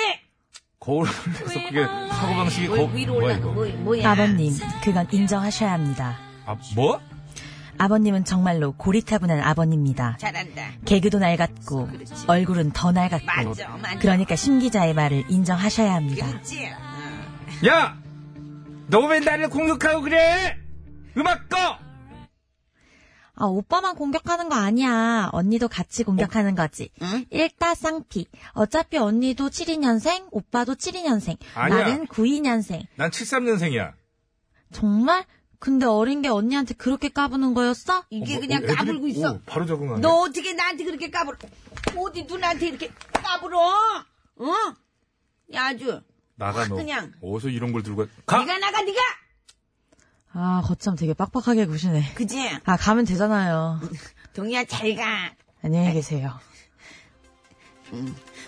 Speaker 1: 거울을 해서 그게 사고방식이
Speaker 2: 거 위로
Speaker 1: 뭐야,
Speaker 2: 올라가
Speaker 1: 이거?
Speaker 2: 뭐, 뭐야?
Speaker 8: 아버님, 그건 인정하셔야 합니다.
Speaker 1: 아, 뭐?
Speaker 8: 아버님은 정말로 고리타분한 아버님입니다.
Speaker 2: 잘한다.
Speaker 8: 개그도 낡았고 얼굴은 더 낡았고
Speaker 1: 어.
Speaker 2: 맞아 맞아.
Speaker 8: 그러니까 심 기자의 말을 인정하셔야 합니다.
Speaker 2: 그렇지. 어.
Speaker 10: 야, 너 왜 나를 공격하고 그래? 음악 꺼.
Speaker 8: 아, 오빠만 공격하는 거 아니야. 언니도 같이 공격하는 거지.
Speaker 12: 어?
Speaker 8: 일다쌍피. 어차피 언니도 72년생, 오빠도 72년생.
Speaker 1: 아니야.
Speaker 8: 나는 92년생.
Speaker 1: 난 73년생이야.
Speaker 8: 정말? 근데 어린 게 언니한테 그렇게 까부는 거였어?
Speaker 13: 이게
Speaker 1: 어,
Speaker 13: 그냥
Speaker 1: 어, 애들이-
Speaker 13: 까불고 있어.
Speaker 1: 오, 바로 적응하네.
Speaker 13: 너 어떻게 나한테 그렇게 까불어? 어디 누나한테 이렇게 까불어? 어? 야, 아주.
Speaker 1: 나가 너.
Speaker 13: 그냥.
Speaker 1: 어디서 이런 걸 들고 가.
Speaker 13: 네가 나가, 네가!
Speaker 8: 아, 거참 되게 빡빡하게 구시네.
Speaker 13: 그지?
Speaker 8: 아, 가면 되잖아요.
Speaker 13: 동이야, 잘 가.
Speaker 12: 아.
Speaker 8: 안녕히 계세요.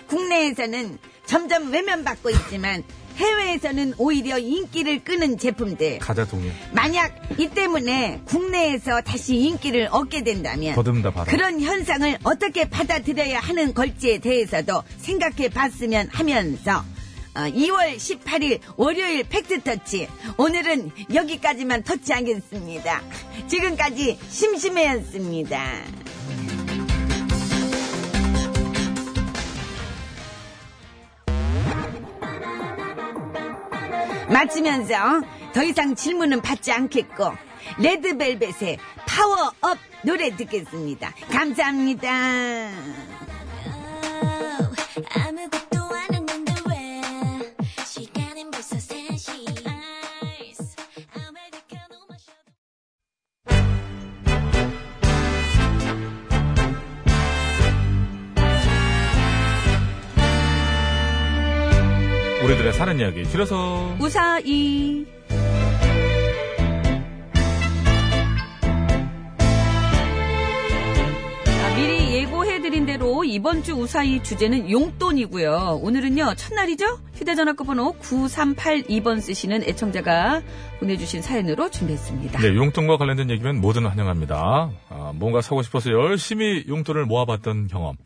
Speaker 13: 국내에서는 점점 외면받고 있지만 해외에서는 오히려 인기를 끄는 제품들.
Speaker 1: 가자 동해.
Speaker 13: 만약 이 때문에 국내에서 다시 인기를 얻게 된다면
Speaker 1: 더듬다 봐라.
Speaker 13: 그런 현상을 어떻게 받아들여야 하는 걸지에 대해서도 생각해 봤으면 하면서 어, 2월 18일 월요일 팩트터치 오늘은 여기까지만 터치하겠습니다. 지금까지 심심해였습니다. 마치면서 더 이상 질문은 받지 않겠고 레드벨벳의 파워업 노래 듣겠습니다. 감사합니다.
Speaker 12: 어, 아무것도 안 했는데 왜 시간은 벌써 3시 Ice 아메리카노 마셔
Speaker 1: 우리들의 사는 이야기 줄여서
Speaker 2: 우사이. 자, 미리 예고해드린 대로 이번 주 우사이 주제는 용돈이고요. 오늘은요, 첫날이죠? 휴대전화 끝번호 9382번 쓰시는 애청자가 보내주신 사연으로 준비했습니다.
Speaker 1: 네, 용돈과 관련된 얘기면 뭐든 환영합니다. 아, 뭔가 사고 싶어서 열심히 용돈을 모아봤던 경험.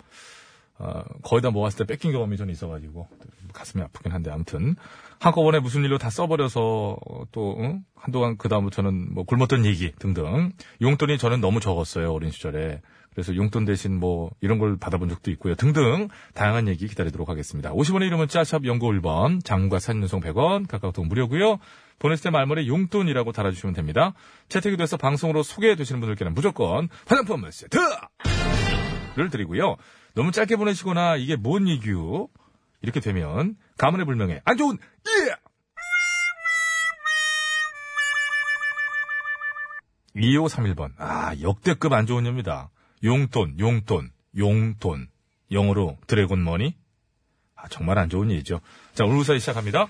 Speaker 1: 아, 거의 다 모았을 때 뺏긴 경험이 전 있어가지고 가슴이 아프긴 한데 아무튼 한꺼번에 무슨 일로 다 써버려서 어, 또 응? 한동안 그 다음부터는 뭐 굶었던 얘기 등등 용돈이 저는 너무 적었어요 어린 시절에 그래서 용돈 대신 뭐 이런 걸 받아본 적도 있고요 등등 다양한 얘기 기다리도록 하겠습니다 50원의 이름은 짜샵 연구 1번 장과 사진 연송 100원 카카오톡 무료고요 보냈을 때 말머리 용돈이라고 달아주시면 됩니다 채택이 돼서 방송으로 소개되시는 분들께는 무조건 화장품 세트 를 드리고요. 너무 짧게 보내시거나 이게 뭔 이규 이렇게 되면 가문의 불명예 안 좋은 예! 이5 3 1번아 역대급 안 좋은 녀입니다. 용돈 용돈 용돈 영어로 드래곤머니 아 정말 안 좋은 예죠. 자 오늘 우사히 시작합니다.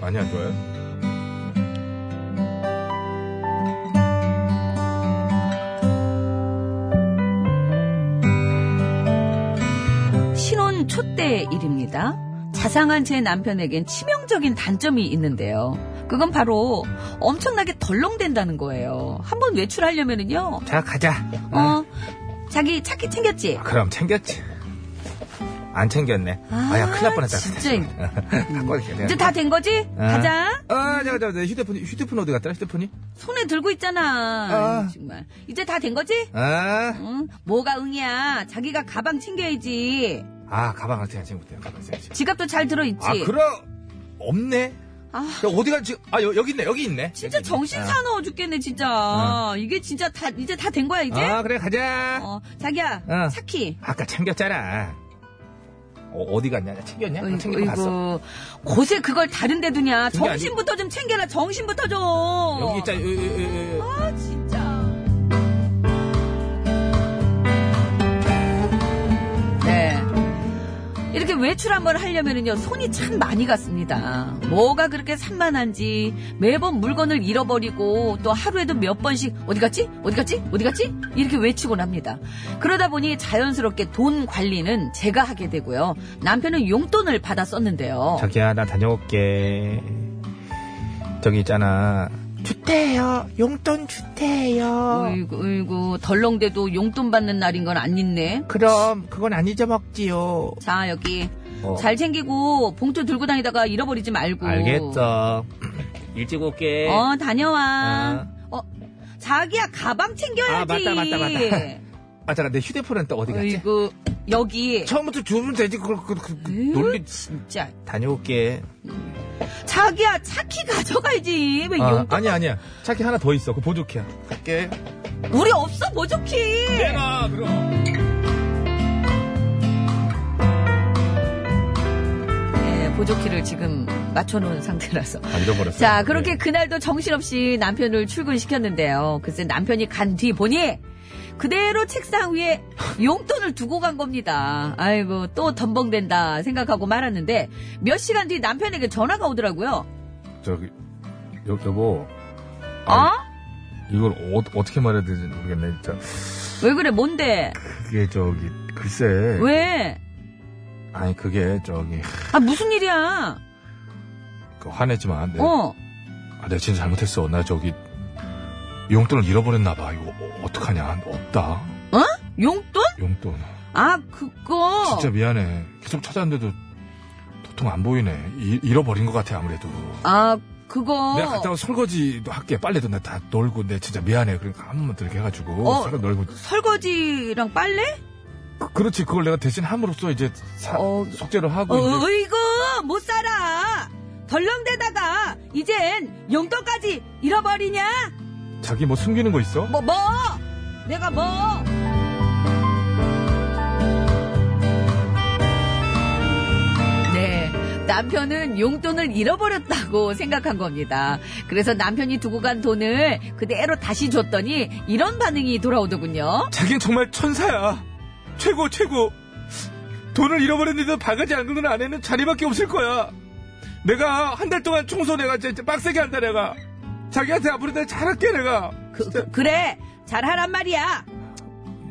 Speaker 1: 많이 안 좋아요?
Speaker 2: 신혼 초때 일입니다. 자상한 제 남편에겐 치명적인 단점이 있는데요. 그건 바로 엄청나게 덜렁댄다는 거예요. 한번 외출하려면은요.
Speaker 10: 자, 가자.
Speaker 2: 어,
Speaker 10: 네.
Speaker 2: 자기 차키 챙겼지?
Speaker 10: 그럼 챙겼지. 안 챙겼네. 아, 야, 큰일 날 뻔했다.
Speaker 2: 진짜.
Speaker 10: 갖고 올게, 내가.
Speaker 2: 이제 다 된 거지?
Speaker 10: 아.
Speaker 2: 가자.
Speaker 10: 아, 잠깐, 잠깐, 휴대폰, 휴대폰 어디 갔더라, 휴대폰이?
Speaker 2: 손에 들고 있잖아.
Speaker 10: 아.
Speaker 2: 정말. 이제 다 된 거지?
Speaker 10: 아,
Speaker 2: 응? 뭐가 응이야. 자기가 가방 챙겨야지.
Speaker 10: 아, 가방 같은 안 챙겼대요, 가방 챙겼지.
Speaker 2: 지갑도 잘 들어있지?
Speaker 10: 아, 그럼, 없네?
Speaker 2: 아.
Speaker 10: 야, 어디가 지금, 아, 여, 기 있네, 여기 있네.
Speaker 2: 진짜
Speaker 10: 여기 있네.
Speaker 2: 정신
Speaker 10: 아.
Speaker 2: 사나워 죽겠네, 진짜. 이게 진짜 다, 이제 다 된 거야, 이제?
Speaker 10: 아, 그래, 가자.
Speaker 2: 어, 자기야,
Speaker 10: 어.
Speaker 2: 사키.
Speaker 10: 아까 챙겼잖아. 어, 디 갔냐? 나 챙겼냐? 나 챙기고 갔어.
Speaker 2: 어이구, 곳에 그걸 다른데 두냐.
Speaker 10: 그게 아니-
Speaker 2: 정신부터 좀 챙겨라, 정신부터 좀.
Speaker 10: 여기 있잖아. 여, 여, 여, 여, 여.
Speaker 2: 아, 진짜. 네. 이렇게 외출 한번 하려면은요, 손이 참 많이 갔습니다. 뭐가 그렇게 산만한지, 매번 물건을 잃어버리고, 또 하루에도 몇 번씩, 어디 갔지? 어디 갔지? 어디 갔지? 이렇게 외치곤 합니다. 그러다 보니 자연스럽게 돈 관리는 제가 하게 되고요. 남편은 용돈을 받아 썼는데요.
Speaker 10: 자기야, 나 다녀올게. 저기 있잖아. 주대요. 용돈 주대요.
Speaker 2: 어이구, 어이구, 덜렁대도 용돈 받는 날인 건 안 있네.
Speaker 10: 그럼 그건 안 잊어먹지요.
Speaker 2: 자, 여기.
Speaker 10: 어.
Speaker 2: 잘 챙기고 봉투 들고 다니다가 잃어버리지 말고.
Speaker 10: 알겠어. 예. 일찍 올게.
Speaker 2: 어, 다녀와. 어, 자기야, 가방 챙겨야지.
Speaker 10: 아, 맞다, 맞다, 맞다. 아 잠깐 내 휴대폰은 또 어디 갔지?
Speaker 2: 아이고, 여기.
Speaker 10: 처음부터 주면 되지 그걸 그, 그, 그
Speaker 2: 에휴,
Speaker 10: 논리
Speaker 2: 진짜.
Speaker 10: 다녀올게.
Speaker 2: 자기야, 차키 가져가야지. 왜
Speaker 10: 아,
Speaker 2: 용,
Speaker 10: 아니야 아니야. 차키 하나 더 있어. 그 보조키야. 갈게.
Speaker 2: 우리 없어, 뭐 보조키.
Speaker 10: 예, 내가 그럼.
Speaker 2: 네, 보조키를 예, 지금 맞춰놓은 상태라서.
Speaker 1: 아, 잃어버렸어요.
Speaker 2: 자, 그렇게
Speaker 1: 예.
Speaker 2: 그날도 정신없이 남편을 출근시켰는데요. 글쎄 남편이 간 뒤 보니 그대로 책상 위에 용돈을 두고 간 겁니다. 아이고, 또 덤벙댄다 생각하고 말았는데 몇 시간 뒤 남편에게 전화가 오더라고요.
Speaker 1: 저기 여, 여보 아.
Speaker 2: 어?
Speaker 1: 이걸 어, 떻게 말해야 되지 모르겠네 진짜
Speaker 2: 왜 그래, 뭔데?
Speaker 1: 그게 저기 글쎄
Speaker 2: 왜?
Speaker 1: 아니 그게 저기
Speaker 2: 아, 무슨 일이야?
Speaker 1: 그 화내지만 내,
Speaker 2: 어.
Speaker 1: 아, 내가 진짜 잘못했어 나 저기 용돈을 잃어버렸나 봐 이거 어, 어떡하냐 없다
Speaker 2: 어? 용돈?
Speaker 1: 용돈
Speaker 2: 아, 그거.
Speaker 1: 진짜 미안해 계속 찾았는데도 도통 안 보이네 이- 잃어버린 것 같아 아무래도
Speaker 2: 아, 그거.
Speaker 1: 내가 갔다 와 설거지도 할게 빨래도 내가 다 널고 내 진짜 미안해 그러니까 한 번만 더 이렇게 해가지고
Speaker 2: 어.
Speaker 1: 썰어 널고
Speaker 2: 설거지랑 빨래?
Speaker 1: 그- 그렇지 그걸 내가 대신 함으로써 이제 사- 속죄를 하고
Speaker 2: 어,
Speaker 1: 뭐 이제
Speaker 2: 이거 못 살아. 덜렁대다가 이젠 용돈까지 잃어버리냐?
Speaker 1: 자기 뭐 숨기는 거 있어?
Speaker 2: 뭐 뭐? 내가 뭐? 네. 남편은 용돈을 잃어버렸다고 생각한 겁니다. 그래서 남편이 두고 간 돈을 그대로 다시 줬더니 이런 반응이 돌아오더군요.
Speaker 1: 자긴 정말 천사야 최고 최고 돈을 잃어버렸는데도 바가지 안 긁는 아내는 자리밖에 없을 거야 내가 한 달 동안 청소 내가 진짜 빡세게 한다 내가 자기한테 앞으로 내가 잘할게 내가
Speaker 2: 그, 래 잘하란 말이야.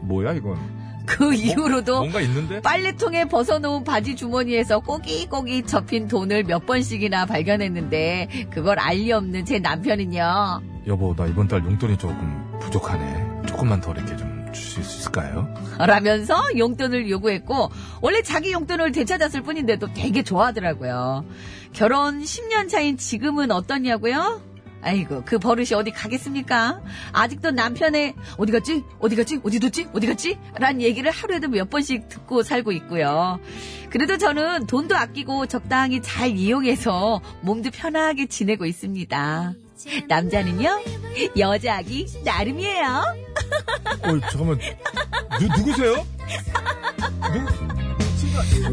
Speaker 1: 뭐야 이건
Speaker 2: 그 이후로도
Speaker 1: 뭔가 있는데
Speaker 2: 빨래통에 벗어놓은 바지 주머니에서 꼬기꼬기 접힌 돈을 몇 번씩이나 발견했는데 그걸 알리 없는 제 남편은요.
Speaker 1: 여보 나 이번 달 용돈이 조금 부족하네 조금만 더 이렇게 좀 주실 수 있을까요?
Speaker 2: 라면서 용돈을 요구했고 원래 자기 용돈을 되찾았을 뿐인데도 되게 좋아하더라고요. 결혼 10년 차인 지금은 어떠냐고요? 아이고 그 버릇이 어디 가겠습니까? 아직도 남편의 어디 갔지? 어디 갔지? 어디 뒀지? 어디 갔지? 라는 얘기를 하루에도 몇 번씩 듣고 살고 있고요. 그래도 저는 돈도 아끼고 적당히 잘 이용해서 몸도 편하게 지내고 있습니다. 남자는요? 여자하기 나름이에요.
Speaker 1: 어 잠깐만 누, 누구세요?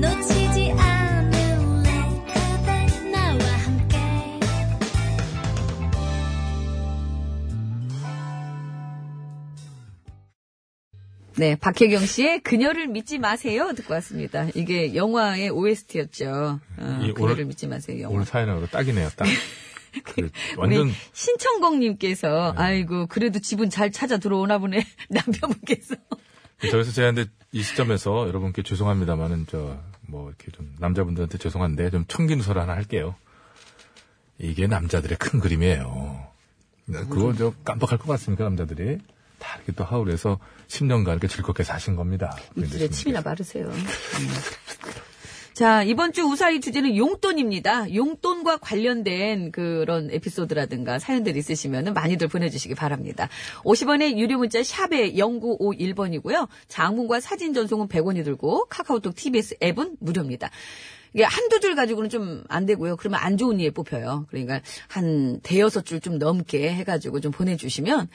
Speaker 12: 놓치지 않을래 그대 나와 함께
Speaker 2: 네, 박혜경 씨의 그녀를 믿지 마세요 듣고 왔습니다. 이게 영화의 OST였죠. 어,
Speaker 1: 이
Speaker 2: 그녀를
Speaker 1: 올-
Speaker 2: 믿지 마세요 영화.
Speaker 1: 예, 오늘 사연으로 딱이네요 딱 그,
Speaker 2: 우리
Speaker 1: 완전 네.
Speaker 2: 신청곡님께서 아이고 그래도 집은 잘 찾아 들어오나 보네 남편분께서
Speaker 1: 예, 저기서 제가 근데 이 시점에서 여러분께 죄송합니다만은 저 뭐 이렇게 좀 남자분들한테 죄송한데 좀 청기누설 하나 할게요. 이게 남자들의 큰 그림이에요. 네, 그거 저 깜빡할 것 같습니까 남자들이? 다 이렇게 또 하울에서 10년간 이렇게 즐겁게 사신 겁니다.
Speaker 2: 입술에 침이나 바르세요. 음. 자 이번 주 우사의 주제는 용돈입니다. 용돈과 관련된 그런 에피소드라든가 사연들 있으시면 많이들 보내주시기 바랍니다. 50원의 유료 문자 샵에 0951번이고요. 장문과 사진 전송은 100원이 들고 카카오톡 TBS 앱은 무료입니다. 이게 한두 줄 가지고는 좀 안 되고요. 그러면 안 좋은 이에 뽑혀요. 그러니까 한 대여섯 줄 좀 넘게 해가지고 좀 보내주시면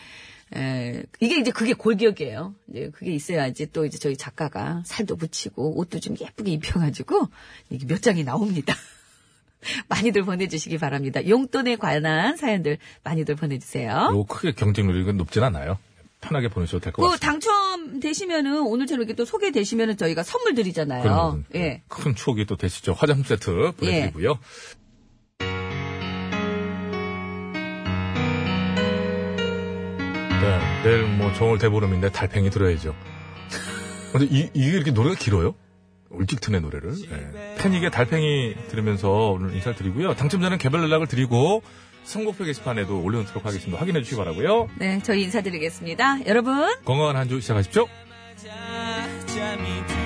Speaker 2: 에, 이게 이제 그게 골격이에요. 이제 그게 있어야지 또 이제 저희 작가가 살도 붙이고 옷도 좀 예쁘게 입혀가지고 이게 몇 장이 나옵니다. 많이들 보내주시기 바랍니다. 용돈에 관한 사연들 많이들 보내주세요.
Speaker 1: 요 크게 경쟁률이 높진 않아요. 편하게 보내셔도 될 것
Speaker 2: 그
Speaker 1: 같습니다.
Speaker 2: 당첨되시면은 오늘처럼 이렇게 또 소개되시면은 저희가 선물 드리잖아요.
Speaker 1: 그럼요.
Speaker 2: 예.
Speaker 1: 큰 추억이 또 되시죠. 화장품 세트 보내드리고요. 네, 내일 뭐 정월 대보름인데 달팽이 들어야죠. 근데 이, 이게 이렇게 노래가 길어요? 울직트네 노래를. 예. 패닉의 달팽이 들으면서 오늘 인사를 드리고요. 당첨자는 개별 연락을 드리고 선곡표 게시판에도 올려놓도록 하겠습니다. 확인해 주시기 바라고요.
Speaker 2: 네, 저희 인사드리겠습니다. 여러분.
Speaker 1: 건강한 한 주 시작하십시오.
Speaker 3: 자, 아, 잠이 들